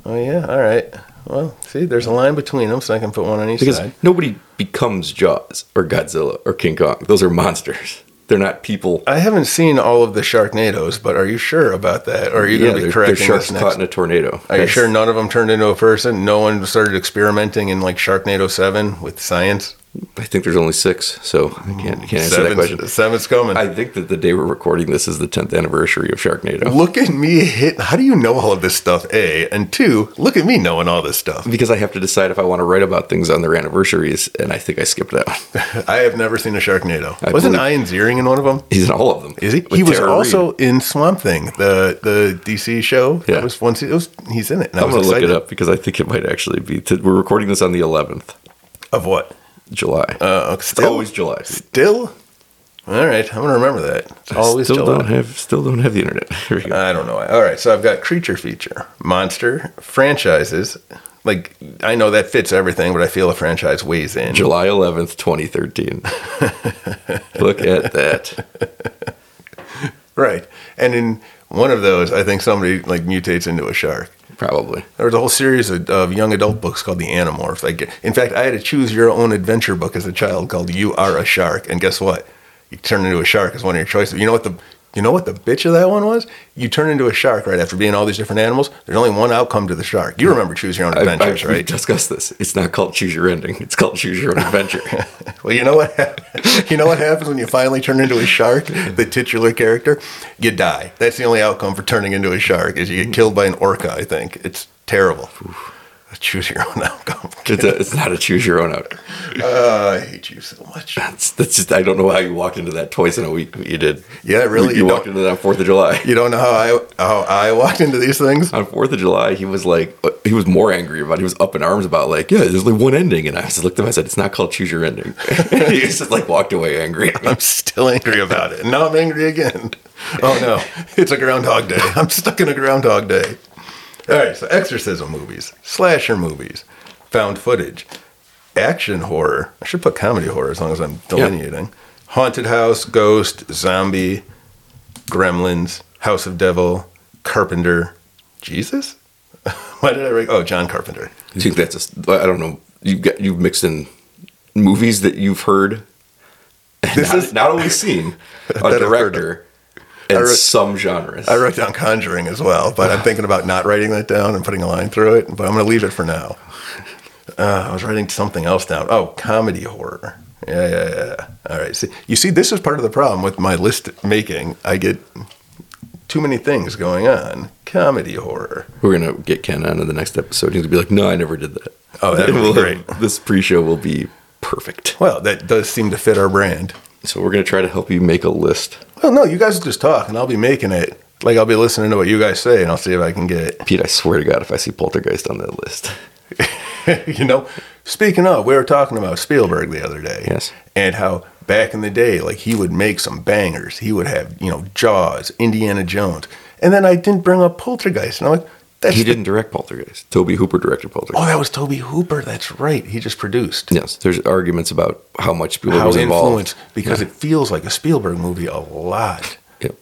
Speaker 2: oh yeah, all right. Well, see, there's a line between them, so I can put one on each
Speaker 1: because
Speaker 2: side.
Speaker 1: nobody becomes Jaws or Godzilla or King Kong. Those are monsters. [laughs] They're not people.
Speaker 2: I haven't seen all of the Sharknadoes, but are you sure about that? Or are you going to
Speaker 1: they're, they're
Speaker 2: be correcting
Speaker 1: sharks
Speaker 2: this next?
Speaker 1: caught in a tornado.
Speaker 2: Are you sure none of them turned into a person? No one started experimenting in like Sharknado Seven with science.
Speaker 1: I think there's only six, so I can't, can't answer that question.
Speaker 2: Seven's, seven's coming.
Speaker 1: I think that the day we're recording this is the 10th anniversary of Sharknado
Speaker 2: look at me hit. How do you know all of this stuff? A and two. Look at me knowing all this stuff.
Speaker 1: because I have to decide if I want to write about things on their anniversaries, and I think I skipped that one. [laughs]
Speaker 2: I have never seen a Sharknado.
Speaker 1: I
Speaker 2: Wasn't
Speaker 1: believe-
Speaker 2: Ian Ziering in one of them?
Speaker 1: He's in all of them.
Speaker 2: Is he?
Speaker 1: With
Speaker 2: He was
Speaker 1: Tara Reid.
Speaker 2: also in Swamp Thing, the the DC show.
Speaker 1: Yeah.
Speaker 2: That was one se- it was, he's in it. and I
Speaker 1: I'm
Speaker 2: was
Speaker 1: going to look it
Speaker 2: excited.
Speaker 1: up because I think it might actually be. T- we're recording this on the 11th,
Speaker 2: Of what?
Speaker 1: July.
Speaker 2: Uh,
Speaker 1: it's
Speaker 2: still,
Speaker 1: always July.
Speaker 2: still. All right, I'm gonna remember that. It's always
Speaker 1: still
Speaker 2: July.
Speaker 1: don't have still don't have the internet. [laughs] Here we go.
Speaker 2: I don't know. All right, so I've got creature feature, monster, franchises. Like I know that fits everything, but I feel a franchise weighs in.
Speaker 1: July 11th, 2013. [laughs] Look at that.
Speaker 2: Right, and in one of those, I think somebody like mutates into a shark.
Speaker 1: Probably.
Speaker 2: There was a whole series of, of young adult books called the Animorphs. Like, in fact, I had a choose your own adventure book as a child called "You Are a Shark," and guess what? You turn into a shark is one of your choices. You know what the you know what the bitch of that one was? You turn into a shark right after being all these different animals. There's only one outcome to the shark. You remember choose your own
Speaker 1: I, I,
Speaker 2: adventures,
Speaker 1: we
Speaker 2: right?
Speaker 1: discussed this. It's not called Choose Your Ending. It's called Choose Your Own
Speaker 2: [laughs]
Speaker 1: Adventure.
Speaker 2: Well, you know what hap- [laughs] you know what happens when you finally turn into a shark, the titular character, you die. That's the only outcome for turning into a shark is you get killed by an orca. I think it's terrible. Choose your own outcome.
Speaker 1: it's, a, it's not a Choose Your Own Out.
Speaker 2: Uh, I hate you so much.
Speaker 1: That's, that's just, I don't know how you walked into that twice in a week. but You did.
Speaker 2: Yeah, really,
Speaker 1: You,
Speaker 2: you
Speaker 1: walked
Speaker 2: don't-
Speaker 1: into that on 4th of July.
Speaker 2: You don't know how I how I walked into these things.
Speaker 1: on Fourth of July, he was like, uh, he was more angry about. it. He was up in arms about like, yeah, there's like one ending, and I just looked at him. I said, it's not called choose your ending. [laughs] he just like walked away angry.
Speaker 2: [laughs] I'm still angry about it. Now I'm angry again. Oh no, it's a Groundhog Day. [laughs] I'm stuck in a Groundhog Day. All right, so exorcism movies, slasher movies, found footage, action horror. I should put comedy horror as long as I'm delineating. Haunted house, ghost, zombie, gremlins, house of devil, carpenter, Jesus. [laughs] Why did I? Re- oh, John Carpenter.
Speaker 1: You think that's just? I don't know. You got you mixed in movies that you've heard, [laughs] and
Speaker 2: This
Speaker 1: not,
Speaker 2: is-
Speaker 1: not only
Speaker 2: [laughs]
Speaker 1: seen
Speaker 2: That
Speaker 1: a
Speaker 2: I've heard
Speaker 1: director, and
Speaker 2: wrote-
Speaker 1: some genres.
Speaker 2: I wrote down Conjuring as well, but I'm thinking about not writing that down and putting a line through it. But I'm going to leave it for now. Uh, I was writing something else down. Oh, comedy horror. Yeah, yeah, yeah. All right. See, you see, this is part of the problem with my list making. I get too many things going on. Comedy horror.
Speaker 1: We're gonna get Ken on in the next episode. He's gonna be like, no, I never did that.
Speaker 2: Oh, that'd
Speaker 1: [laughs]
Speaker 2: be
Speaker 1: We'll-
Speaker 2: great.
Speaker 1: This pre-show will be perfect.
Speaker 2: Well, that does seem to fit our brand.
Speaker 1: So we're gonna try to help you make a list.
Speaker 2: Well, no, you guys just talk, and I'll be making it. Like I'll be listening to what you guys say, and I'll see if I can get it. [laughs]
Speaker 1: Pete, I swear to God, if I see Poltergeist on that list.
Speaker 2: you know, speaking of, we were talking about Spielberg the other day.
Speaker 1: Yes.
Speaker 2: And how back in the day, like he would make some bangers. He would have, you know, Jaws, Indiana Jones. And then I didn't bring up Poltergeist. And I'm like, that's
Speaker 1: He
Speaker 2: the-
Speaker 1: didn't direct Poltergeist. Toby Hooper directed Poltergeist.
Speaker 2: Oh, that was Toby Hooper. That's right. He just produced.
Speaker 1: Yes, there's arguments about how much Spielberg
Speaker 2: How
Speaker 1: was involved.
Speaker 2: influenced because it feels like a Spielberg movie a lot.
Speaker 1: Yep.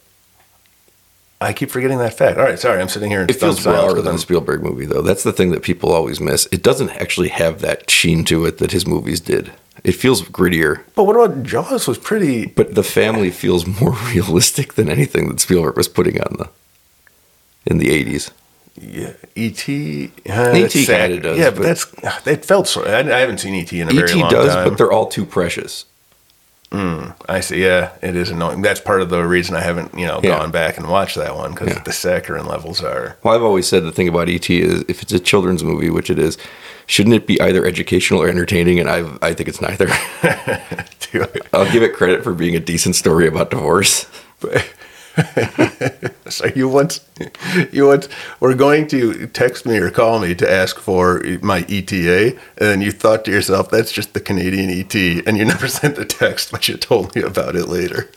Speaker 2: I keep forgetting that fact. All right, sorry, I'm sitting here. in
Speaker 1: It feels
Speaker 2: stunned silence
Speaker 1: rawer
Speaker 2: 'cause
Speaker 1: than a
Speaker 2: I'm-
Speaker 1: Spielberg movie, though. That's the thing that people always miss. It doesn't actually have that sheen to it that his movies did. It feels grittier,
Speaker 2: But what about Jaws? Was pretty
Speaker 1: but the family feels more [laughs] realistic than anything that Spielberg was putting on the in the 80s.
Speaker 2: Yeah, E ET.
Speaker 1: E.T. E kinda does,
Speaker 2: Yeah,
Speaker 1: but-
Speaker 2: but that's that felt so. I, I haven't seen ET in a very
Speaker 1: ET
Speaker 2: long
Speaker 1: E does,
Speaker 2: time.
Speaker 1: but they're all too precious.
Speaker 2: Mm. I see. Yeah, it is annoying. That's part of the reason I haven't, you know,
Speaker 1: Yeah.
Speaker 2: gone back and watched that one because
Speaker 1: Yeah.
Speaker 2: the saccharin levels are.
Speaker 1: Well, I've always said the thing about ET is if it's a children's movie, which it is, shouldn't it be either educational or entertaining? And I I think it's neither. [laughs] I'll give it credit for being a decent story about divorce.
Speaker 2: [laughs] so you once, you once were going to text me or call me to ask for e, my ETA, and you thought to yourself, "That's just the Canadian ET," and you [laughs] never sent the text, but you told me about it later.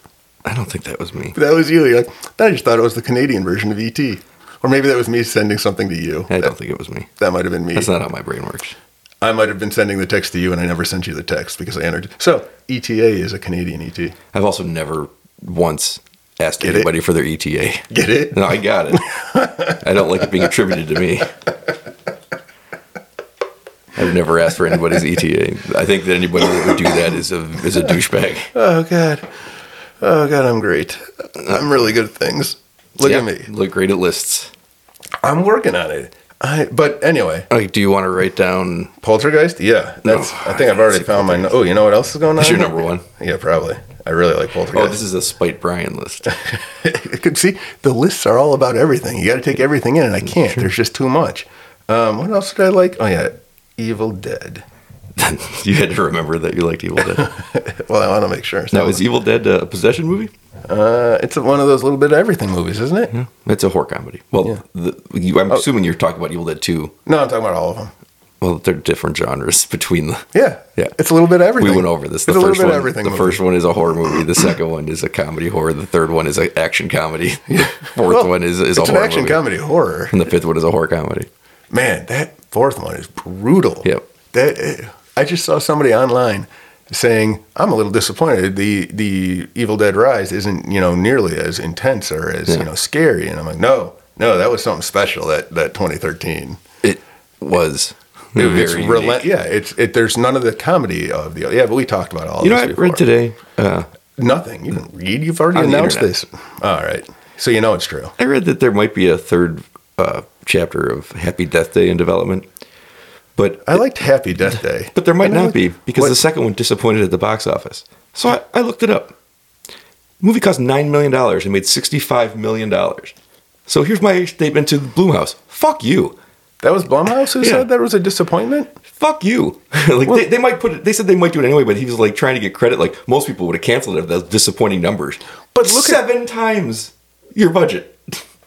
Speaker 1: I don't think that was me.
Speaker 2: That was you. You're like, I just thought it was the Canadian version of ET, or maybe that was me sending something to you.
Speaker 1: I
Speaker 2: That,
Speaker 1: don't think it was me.
Speaker 2: that might have been me.
Speaker 1: That's not how my brain works.
Speaker 2: I might have been sending the text to you, and I never sent you the text because I entered. So ETA is a Canadian E ET.
Speaker 1: I've also never once asked
Speaker 2: Get it?
Speaker 1: anybody for their ETA.
Speaker 2: Get it?
Speaker 1: No, I got it. I don't like it being attributed to me. I've never asked for anybody's ETA. I think that anybody that would do that is a is a douchebag.
Speaker 2: Oh God. Oh God, I'm great. I'm really good at things. Look
Speaker 1: Yeah,
Speaker 2: at me.
Speaker 1: Look great at lists.
Speaker 2: I'm working on it. I. But anyway,
Speaker 1: Like, Oh, do you want to write down?
Speaker 2: Poltergeist. Yeah, that's.
Speaker 1: No,
Speaker 2: I think I've already found my. Oh, you know what else is
Speaker 1: [laughs]
Speaker 2: going on?
Speaker 1: That's your
Speaker 2: here?
Speaker 1: number one.
Speaker 2: Yeah, probably. I really like Poltergeist.
Speaker 1: Oh, this is a spite Brian list. [laughs]
Speaker 2: I [laughs] could see the lists are all about everything. You got to take everything in, and I can't. There's just too much. Um, what else did I like? Oh yeah, Evil Dead.
Speaker 1: you had to remember that you liked Evil Dead.
Speaker 2: Well, I want to make sure.
Speaker 1: Now, is Evil Dead a possession movie?
Speaker 2: uh, it's one of those little bit of everything movies, isn't it?
Speaker 1: It's a horror comedy. Well,
Speaker 2: Yeah.
Speaker 1: the, you, I'm assuming you're talking about Evil Dead 2.
Speaker 2: No, I'm talking about all of them.
Speaker 1: Well, they're different genres [laughs] between the.
Speaker 2: Yeah,
Speaker 1: Yeah.
Speaker 2: It's a little bit of everything.
Speaker 1: We went over this. The
Speaker 2: It's a little
Speaker 1: first
Speaker 2: bit
Speaker 1: one,
Speaker 2: of everything.
Speaker 1: the
Speaker 2: movie.
Speaker 1: first one is a horror movie. The second one is a comedy horror. The third one is an action comedy. [laughs] The fourth
Speaker 2: Well,
Speaker 1: one is, is a
Speaker 2: it's
Speaker 1: horror
Speaker 2: an action
Speaker 1: movie.
Speaker 2: comedy horror.
Speaker 1: And the fifth one is a horror comedy.
Speaker 2: Man, that fourth one is brutal.
Speaker 1: Yep.
Speaker 2: That I just saw somebody online saying, "I'm a little disappointed. The the Evil Dead Rise isn't you know nearly as intense or as
Speaker 1: Yeah.
Speaker 2: you know scary." And I'm like, "No, no, that was something special. That that 2013.
Speaker 1: It was
Speaker 2: It was
Speaker 1: very unique.
Speaker 2: relent- Yeah, it's it. There's none of the comedy of the yeah. But we talked about all.
Speaker 1: You know,
Speaker 2: this
Speaker 1: I
Speaker 2: before.
Speaker 1: read today. Uh,
Speaker 2: Nothing. You didn't read. You've already
Speaker 1: On the
Speaker 2: announced
Speaker 1: internet.
Speaker 2: this. All right. So you know it's true.
Speaker 1: I read that there might be a third uh, chapter of Happy Death Day in development, but
Speaker 2: I liked Happy Death [laughs] Day,
Speaker 1: but there might
Speaker 2: And I
Speaker 1: not
Speaker 2: liked-
Speaker 1: be because
Speaker 2: what-
Speaker 1: the second one disappointed at the box office. So I, I looked it up. movie cost nine million dollars and made sixty-five million dollars. So here's my statement to Bloomhouse: Fuck you,
Speaker 2: that was Blumhouse who
Speaker 1: Yeah.
Speaker 2: said that was a disappointment.
Speaker 1: fuck you. [laughs] like they, they might put it. They said they might do it anyway, but he was like trying to get credit. Like most people would have canceled it if those disappointing numbers.
Speaker 2: But look at-
Speaker 1: seven times your budget.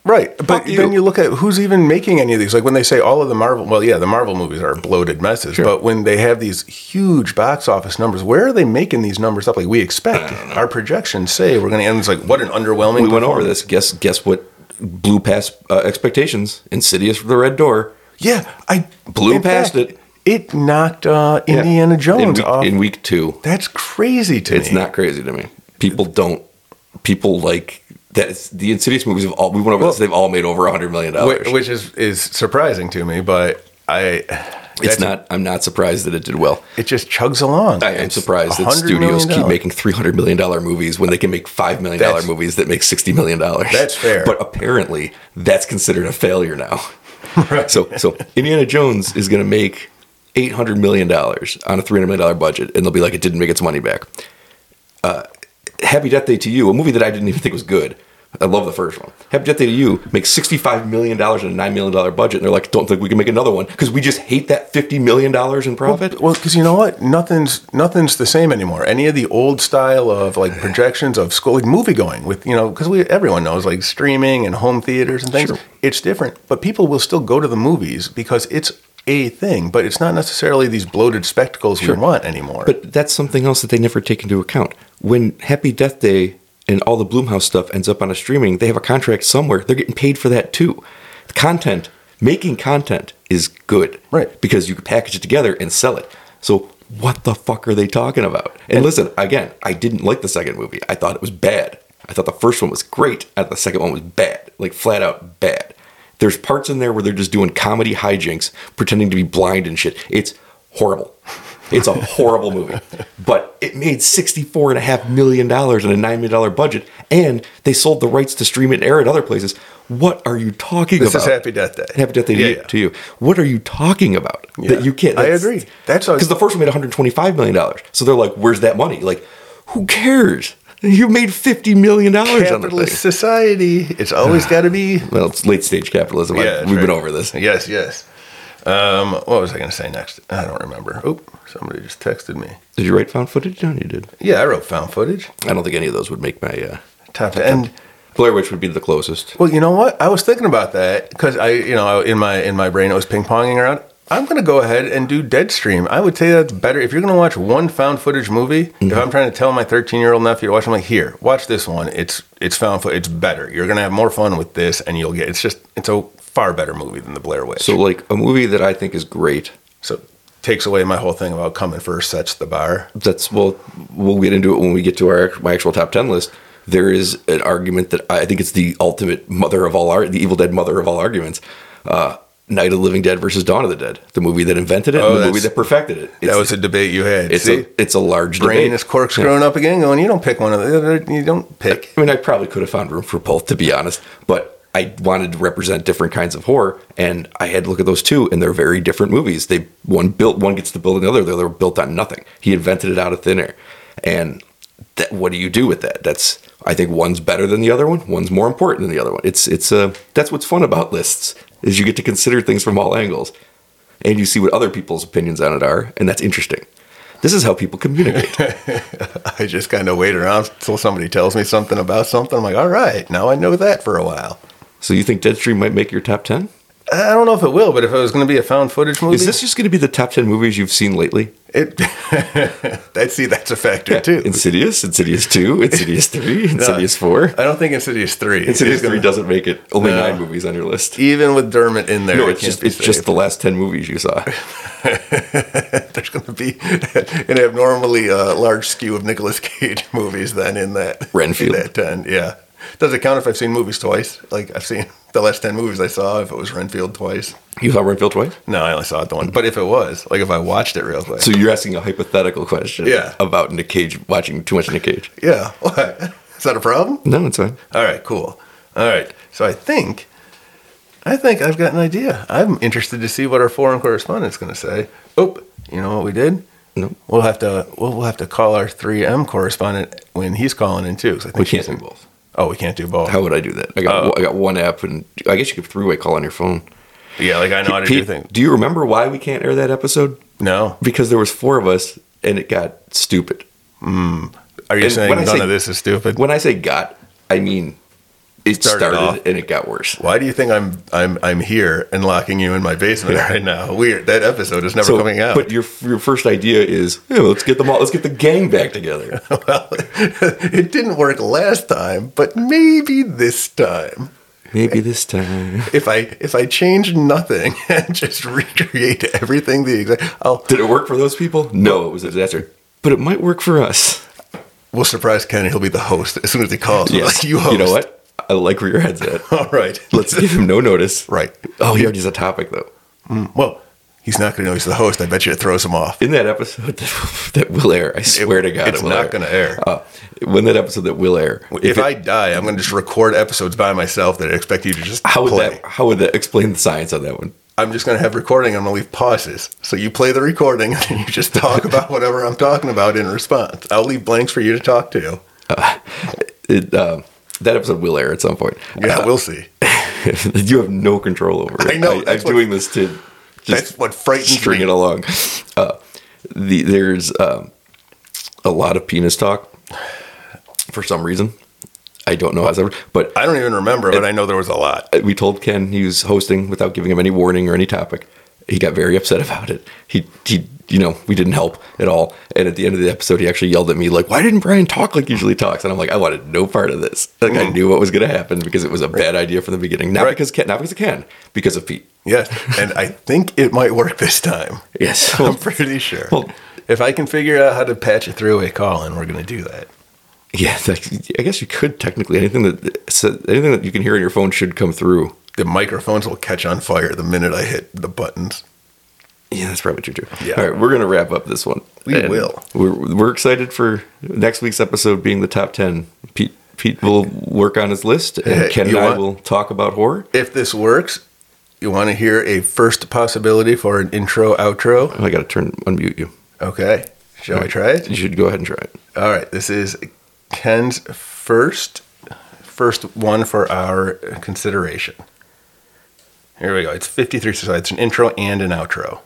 Speaker 2: Right, but
Speaker 1: Fuck you.
Speaker 2: then you look at who's even making any of these. Like when they say all of the Marvel, well, yeah, the Marvel movies are bloated messes. But when they have these huge box office numbers, where are they making these numbers up? Like we expect, our projections say we're going to end. It's like what an underwhelming.
Speaker 1: we went over
Speaker 2: performance.
Speaker 1: this. Guess guess what blew past uh, expectations? Insidious for the Red Door.
Speaker 2: Yeah, I
Speaker 1: Blew
Speaker 2: in
Speaker 1: past
Speaker 2: fact,
Speaker 1: it.
Speaker 2: It knocked uh, Indiana
Speaker 1: in
Speaker 2: Jones
Speaker 1: week,
Speaker 2: off.
Speaker 1: in week two.
Speaker 2: That's crazy to
Speaker 1: It's
Speaker 2: me.
Speaker 1: not crazy to me. People don't. People like that's the Insidious movies have all. We went over this. They've all made over a hundred million dollars.
Speaker 2: Whi- which is is surprising to me. But I,
Speaker 1: It's
Speaker 2: that's-
Speaker 1: not. I'm not surprised that it did well.
Speaker 2: It just chugs along.
Speaker 1: I am
Speaker 2: It's
Speaker 1: surprised that
Speaker 2: $100 million
Speaker 1: studios keep
Speaker 2: dollars.
Speaker 1: making three hundred million dollar movies when they can make five million dollar
Speaker 2: That's-
Speaker 1: movies that make sixty million dollars.
Speaker 2: That's fair.
Speaker 1: But apparently, that's considered a failure
Speaker 2: [laughs]
Speaker 1: now. So, so Indiana Jones is going to make eight hundred million dollars on a three hundred million dollar budget, and they'll be like, "It didn't make its money back." Uh, Happy Death Day to You, a movie that I didn't even think was good. I love the first one. Happy Death Day to You makes sixty-five million dollars on a nine million dollar budget, and they're like, "Don't think we can make another one because we just hate that fifty million dollars in profit."
Speaker 2: Well, because you know what, nothing's nothing's the same anymore. Any of the old style of like projections of school, like movie going with you know, because we everyone knows like streaming and home theaters and things.
Speaker 1: Sure.
Speaker 2: It's different, but people will still go to the movies because it's a thing. But it's not necessarily these bloated spectacles we want anymore.
Speaker 1: But that's something else that they never take into account. When Happy Death Day and all the Bloomhouse stuff ends up on a streaming, they have a contract somewhere. They're getting paid for that too. The content, making content is good.
Speaker 2: Right.
Speaker 1: Because you can package it together and sell it. So what the fuck are they talking about? And, listen, again, I didn't like the second movie. I thought it was bad. I thought the first one was great. I thought the second one was bad. Like flat out bad. There's parts in there where they're just doing comedy hijinks, pretending to be blind and shit. It's horrible. It's
Speaker 2: [laughs]
Speaker 1: a horrible movie, but it made sixty-four and a half million dollars on a nine million dollar budget, and they sold the rights to stream it and air it other places. What are you talking
Speaker 2: this
Speaker 1: about?
Speaker 2: is Happy Death Day.
Speaker 1: Happy Death Day to,
Speaker 2: Yeah,
Speaker 1: you,
Speaker 2: yeah.
Speaker 1: to you. What are you talking about
Speaker 2: Yeah.
Speaker 1: that you can't?
Speaker 2: I agree. That's a-
Speaker 1: because the first one made one hundred twenty-five million dollars. So they're like, "Where's that money?" Like, Who cares? You made fifty million dollars on the
Speaker 2: Capitalist
Speaker 1: thing.
Speaker 2: society.
Speaker 1: [sighs]
Speaker 2: It's always got to be.
Speaker 1: Well, it's late stage capitalism. I-
Speaker 2: that's
Speaker 1: we've been
Speaker 2: right.
Speaker 1: over this.
Speaker 2: Yes, yes. Um, what was I going to say next? I don't remember. Oh, somebody just texted me.
Speaker 1: Did you write found footage? No, you did.
Speaker 2: Yeah, I wrote found footage.
Speaker 1: I don't think any of those would make my. Uh,
Speaker 2: Top and
Speaker 1: Blair Witch would be the closest.
Speaker 2: well, you know what? I was thinking about that because I, you know, in my in my brain, I was ping ponging around. I'm going to go ahead and do Deadstream. I would say that's better if you're going to watch one found footage movie. If I'm trying to tell my 13 year old nephew to watch, I'm like, here, watch this one. It's it's found footage. It's better. You're going to have more fun with this, and you'll get. It's just it's a far better movie than the Blair Witch.
Speaker 1: So, like a movie that I think is great.
Speaker 2: So takes away my whole thing about coming first sets the bar.
Speaker 1: That's well, we'll get into it when we get to our my actual top ten list. There is an argument that I think it's the ultimate mother of all art, the Evil Dead mother of all arguments. Uh, Night of the Living Dead versus Dawn of the Dead, the movie that invented it,
Speaker 2: Oh,
Speaker 1: and the
Speaker 2: that's-
Speaker 1: movie that perfected it. It's,
Speaker 2: that was a debate you had.
Speaker 1: it's
Speaker 2: See,
Speaker 1: a it's a large
Speaker 2: brain
Speaker 1: debate.
Speaker 2: is corkscrewing up again, going, you don't pick one of the other. You don't pick.
Speaker 1: I mean, I probably could have found room for both, to be honest, but I wanted to represent different kinds of horror, and I had to look at those two, and they're very different movies. They one built, one gets to build another. The other built on nothing. He invented it out of thin air, and that, what do you do with that? That's I think one's better than the other one. One's more important than the other one. It's it's uh, that's what's fun about lists is you get to consider things from all angles, and you see what other people's opinions on it are, and that's interesting. This is how people communicate.
Speaker 2: [laughs] I just kind of wait around until somebody tells me something about something. I'm like, all right, now I know that for a while.
Speaker 1: so you think Deadstream might make your top ten?
Speaker 2: I don't know if it will, but if it was going to be a found footage movie,
Speaker 1: Is this just going to be the top 10 movies you've seen lately?
Speaker 2: it? [laughs] that see, that's a factor too.
Speaker 1: Insidious, Insidious
Speaker 2: [laughs]
Speaker 1: 2, Insidious 3, Insidious 4.
Speaker 2: I don't think Insidious three.
Speaker 1: Insidious
Speaker 2: is gonna-
Speaker 1: 3 doesn't make it. Only
Speaker 2: No.
Speaker 1: nine movies on your list.
Speaker 2: Even with Dermot in there,
Speaker 1: No,
Speaker 2: it
Speaker 1: it's
Speaker 2: can't
Speaker 1: just
Speaker 2: be
Speaker 1: it's just
Speaker 2: safe.
Speaker 1: the last 10 movies you saw.
Speaker 2: [laughs] There's going to be an abnormally uh, large skew of Nicolas Cage [laughs] movies then in that
Speaker 1: Renfield.
Speaker 2: in that ten, yeah. Does it count if I've seen movies twice? Like I've seen [laughs] the last ten movies I saw. If it was Renfield twice,
Speaker 1: You saw Renfield twice?
Speaker 2: no, I only saw it the one. But if it was, like if I watched it real quick,
Speaker 1: So you're asking a hypothetical question
Speaker 2: Yeah.
Speaker 1: about Nick Cage, watching too much Nick Cage.
Speaker 2: yeah. [laughs] What is that a problem?
Speaker 1: No, it's fine.
Speaker 2: All right, cool. All right, so I think, I think I've got an idea. I'm interested to see what our foreign correspondent's going to say. Oh, you know what we did?
Speaker 1: No.
Speaker 2: We'll have to we'll, we'll have to call our 3M correspondent when he's calling in too. 'cause I think
Speaker 1: We can't
Speaker 2: she's
Speaker 1: do
Speaker 2: in-
Speaker 1: both.
Speaker 2: Oh, we can't do both.
Speaker 1: How would I do that? I got,
Speaker 2: Oh.
Speaker 1: I got one app, and I guess you could three way call on your phone.
Speaker 2: yeah, like I know how to do
Speaker 1: Pete,
Speaker 2: things.
Speaker 1: do you remember why we can't air that episode?
Speaker 2: No,
Speaker 1: Because there was four of us, and it got stupid.
Speaker 2: are you
Speaker 1: And
Speaker 2: saying
Speaker 1: when I
Speaker 2: none
Speaker 1: say-
Speaker 2: of this is stupid?
Speaker 1: When I say got, I mean it
Speaker 2: Started
Speaker 1: started,
Speaker 2: off.
Speaker 1: and it got worse.
Speaker 2: Why do you think I'm I'm I'm here and locking you in my basement right now? Weird. That episode is never
Speaker 1: So,
Speaker 2: coming out.
Speaker 1: But your your first idea is yeah, let's get them all, let's get the gang back
Speaker 2: [laughs]
Speaker 1: together.
Speaker 2: [laughs] well, it didn't work last time, but maybe this time.
Speaker 1: Maybe this time.
Speaker 2: if I if I change nothing [laughs] and just recreate everything the exact, oh, I'll
Speaker 1: Did it work for those people? No, it was a disaster. But it might work for us.
Speaker 2: we'll surprise Ken. and He'll be the host as soon as he calls. We're [laughs] like, [laughs] you host.
Speaker 1: know what? I like where your head's at.
Speaker 2: [laughs] All right.
Speaker 1: Let's give him no notice.
Speaker 2: [laughs] Right.
Speaker 1: Oh, he already has a topic though.
Speaker 2: Well, he's not going to know he's the host. I bet you it throws him off.
Speaker 1: In that episode [laughs] that, that will air, I swear to God,
Speaker 2: it's
Speaker 1: it will
Speaker 2: not
Speaker 1: air.
Speaker 2: going to air.
Speaker 1: Uh, when that episode that will air,
Speaker 2: if
Speaker 1: it-
Speaker 2: I die, I'm going to just record episodes by myself that I expect you to just
Speaker 1: how would
Speaker 2: play.
Speaker 1: that how would that explain the science on that one?
Speaker 2: I'm just going to have recording. I'm going to leave pauses. So you play the recording [laughs] and you just
Speaker 1: [laughs]
Speaker 2: talk about whatever I'm talking about in response. I'll leave blanks for you to talk to.
Speaker 1: It, um, that episode will air at some point.
Speaker 2: Yeah,
Speaker 1: Uh,
Speaker 2: we'll see.
Speaker 1: that [laughs] you have no control over. It.
Speaker 2: I know,
Speaker 1: I, am
Speaker 2: that's what-
Speaker 1: doing this to
Speaker 2: That's
Speaker 1: just
Speaker 2: what frightens
Speaker 1: string
Speaker 2: me.
Speaker 1: it along. Uh, the, there's um, a lot of penis talk for some reason. I don't know how it's ever, but
Speaker 2: I don't even remember, but I know there was a lot.
Speaker 1: we told Ken he was hosting without giving him any warning or any topic. He got very upset [laughs] about it. He he you know, we didn't help at all. And at the end of the episode he actually yelled at me like, Why didn't Brian talk like he usually talks? And I'm like, I wanted no part of this. Like I knew what was gonna happen because it was a bad idea from the beginning. Not
Speaker 2: Right.
Speaker 1: because Ken not because of Ken, because of Pete.
Speaker 2: Yes, [laughs] and I think it might work this time.
Speaker 1: Yes. [laughs]
Speaker 2: I'm pretty sure.
Speaker 1: Well-
Speaker 2: if I can figure out how to patch a three-way call in, we're going to do that.
Speaker 1: yeah, that, I guess you could technically anything that so anything that you can hear on your phone should come through.
Speaker 2: The microphones will catch on fire the minute I hit the buttons.
Speaker 1: Yeah, that's probably what you do.
Speaker 2: Yeah.
Speaker 1: All right, we're gonna wrap up this one.
Speaker 2: We will.
Speaker 1: We're, we're excited for next week's episode being the top ten. Pete Pete will work on his list,
Speaker 2: Hey,
Speaker 1: and Ken
Speaker 2: you
Speaker 1: and I
Speaker 2: want-
Speaker 1: will talk about horror.
Speaker 2: If this works, you want to hear a first possibility for an intro outro?
Speaker 1: I gotta turn unmute you.
Speaker 2: Okay. Shall I try it?
Speaker 1: You should go ahead and try it.
Speaker 2: All right, this is Ken's first first one for our consideration. Here we go. It's 53 so it's an intro and an outro.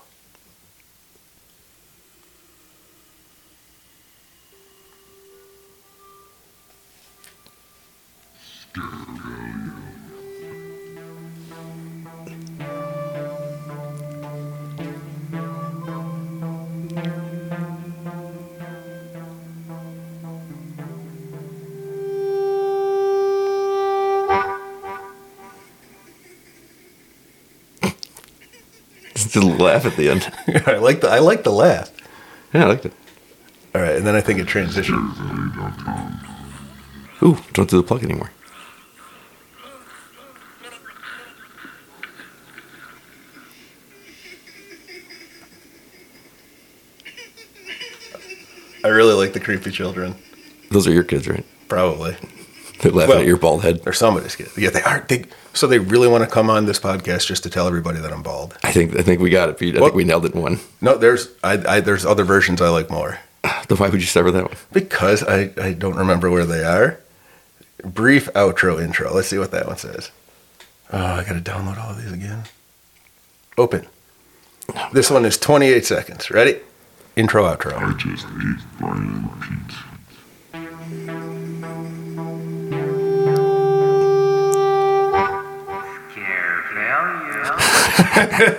Speaker 1: Just a laugh at the
Speaker 2: [laughs]
Speaker 1: end.
Speaker 2: I like the I like the laugh.
Speaker 1: Yeah, I liked it.
Speaker 2: All right, and then I think it transitions.
Speaker 1: Ooh, don't do the plug anymore.
Speaker 2: I really like the creepy children.
Speaker 1: Those are your kids, right?
Speaker 2: Probably.
Speaker 1: They're laughing
Speaker 2: Well-
Speaker 1: at your bald head.
Speaker 2: Or somebody's kid. Yeah, they are. They, so they really want to come on this podcast just to tell everybody that I'm bald.
Speaker 1: I think I think we got it, Pete. I
Speaker 2: Well-
Speaker 1: think we nailed it in one. [laughs]
Speaker 2: No, there's I, I there's other versions I like more.
Speaker 1: Then why would you sever that one?
Speaker 2: Because I, I don't remember where they are. Brief outro intro. Let's see what that one says. Oh, I gotta download all of these again. Open. This one is 28 seconds. Ready? Intro outro.
Speaker 4: I just ate Brian Pete.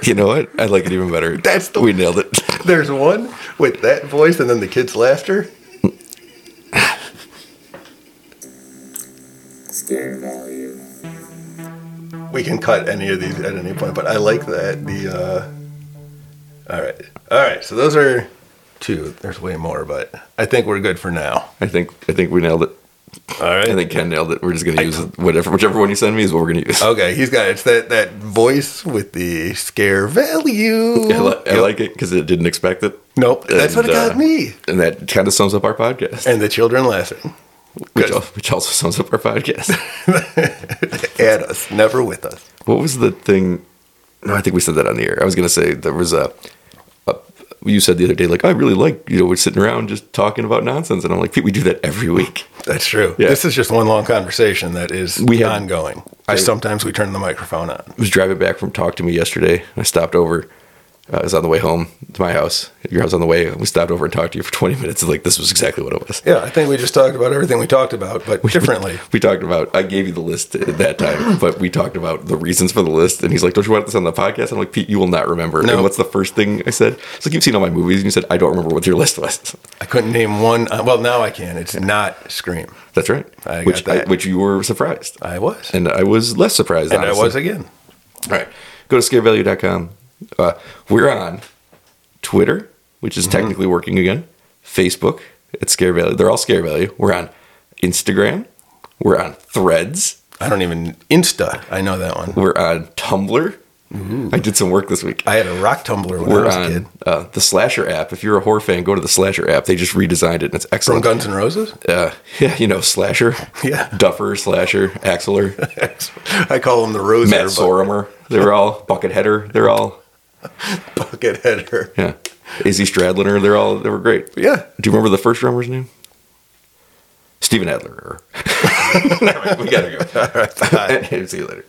Speaker 1: You know what? I like it even better.
Speaker 2: That's the-
Speaker 1: we nailed it. [laughs]
Speaker 2: [laughs] There's one with that voice and then the kid's laughter.
Speaker 5: Scare value.
Speaker 2: We can cut any of these at any point, but I like that. The uh Alright. Alright, so those are two. There's way more, but I think we're good for now.
Speaker 1: I think I think we nailed it.
Speaker 2: Alright.
Speaker 1: I think Ken nailed it. We're just gonna use whatever whichever one you send me is what we're gonna use.
Speaker 2: Okay, he's got it's that that voice with the scare value.
Speaker 1: I, li- I like it because it didn't expect it,
Speaker 2: Nope, that's what
Speaker 1: And,
Speaker 2: got
Speaker 1: uh,
Speaker 2: me.
Speaker 1: and that kind of sums up our podcast,
Speaker 2: And the children laughing [laughs]
Speaker 1: which,
Speaker 2: good.
Speaker 1: al- which also sums up our podcast. [laughs]
Speaker 2: at us, never with us.
Speaker 1: what was the thing? No, I think we said that on the air. I was gonna say there was a. a- You said the other day, like I really like you know we're sitting around just talking about nonsense, and I'm like, Pete, we do that every week.
Speaker 2: That's true.
Speaker 1: Yeah.
Speaker 2: This is just one long conversation that is
Speaker 1: We have-
Speaker 2: ongoing. I sometimes we turn the microphone on.
Speaker 1: was driving back from talk to me yesterday. and I stopped over. uh, I was on the way home to my house. Your house on the way. and We stopped over and talked to you for 20 minutes. Like this was exactly what it was.
Speaker 2: Yeah, I think we just talked about everything we talked about, but differently.
Speaker 1: We talked about. I gave you the list at that
Speaker 2: [laughs]
Speaker 1: time, but we talked about the reasons for the list. And he's like, "Don't you want this on the podcast?" I'm like, "Pete, you will not remember."
Speaker 2: No.
Speaker 1: And what's the first thing I said? It's like you've seen all my movies, and you said, "I don't remember what your list was."
Speaker 2: I couldn't name one. Uh, well, now I can. It's not Scream.
Speaker 1: That's right.
Speaker 2: I got
Speaker 1: which
Speaker 2: that.
Speaker 1: which you were surprised,
Speaker 2: I was. And,
Speaker 1: and I was less surprised.
Speaker 2: I
Speaker 1: honestly.
Speaker 2: was again.
Speaker 1: All right. Go to scarevalue.com. Uh, we're on Twitter, which
Speaker 2: Mm-hmm.
Speaker 1: is technically working again, Facebook at Scare Value. They're all Scare Value. We're on Instagram. We're on Threads.
Speaker 2: I don't even Insta. I know that one.
Speaker 1: We're on Tumblr. I did some work this week.
Speaker 2: I had a rock tumbler when I
Speaker 1: we're
Speaker 2: Mm-hmm. was a
Speaker 1: on
Speaker 2: kid.
Speaker 1: uh, the Slasher app. If you're a horror fan, go to the Slasher app. They just redesigned it and it's
Speaker 2: From
Speaker 1: excellent.
Speaker 2: Guns N' Roses?
Speaker 1: uh, [laughs] yeah, you know, Slasher,
Speaker 2: [laughs] Yeah.
Speaker 1: Duffer, Slasher, Axler,
Speaker 2: [laughs] I call them the Rose
Speaker 1: Matt Soromer. They're all
Speaker 2: [laughs]
Speaker 1: Bucketheader. They're all
Speaker 2: bucket header.
Speaker 1: Yeah. Izzy Stradliner, they're all they were great.
Speaker 2: Yeah.
Speaker 1: Do you remember the first drummer's name?
Speaker 2: [laughs]
Speaker 1: Steven Adler. [laughs] we gotta go.
Speaker 2: All
Speaker 1: [laughs]
Speaker 2: right.
Speaker 1: See you later.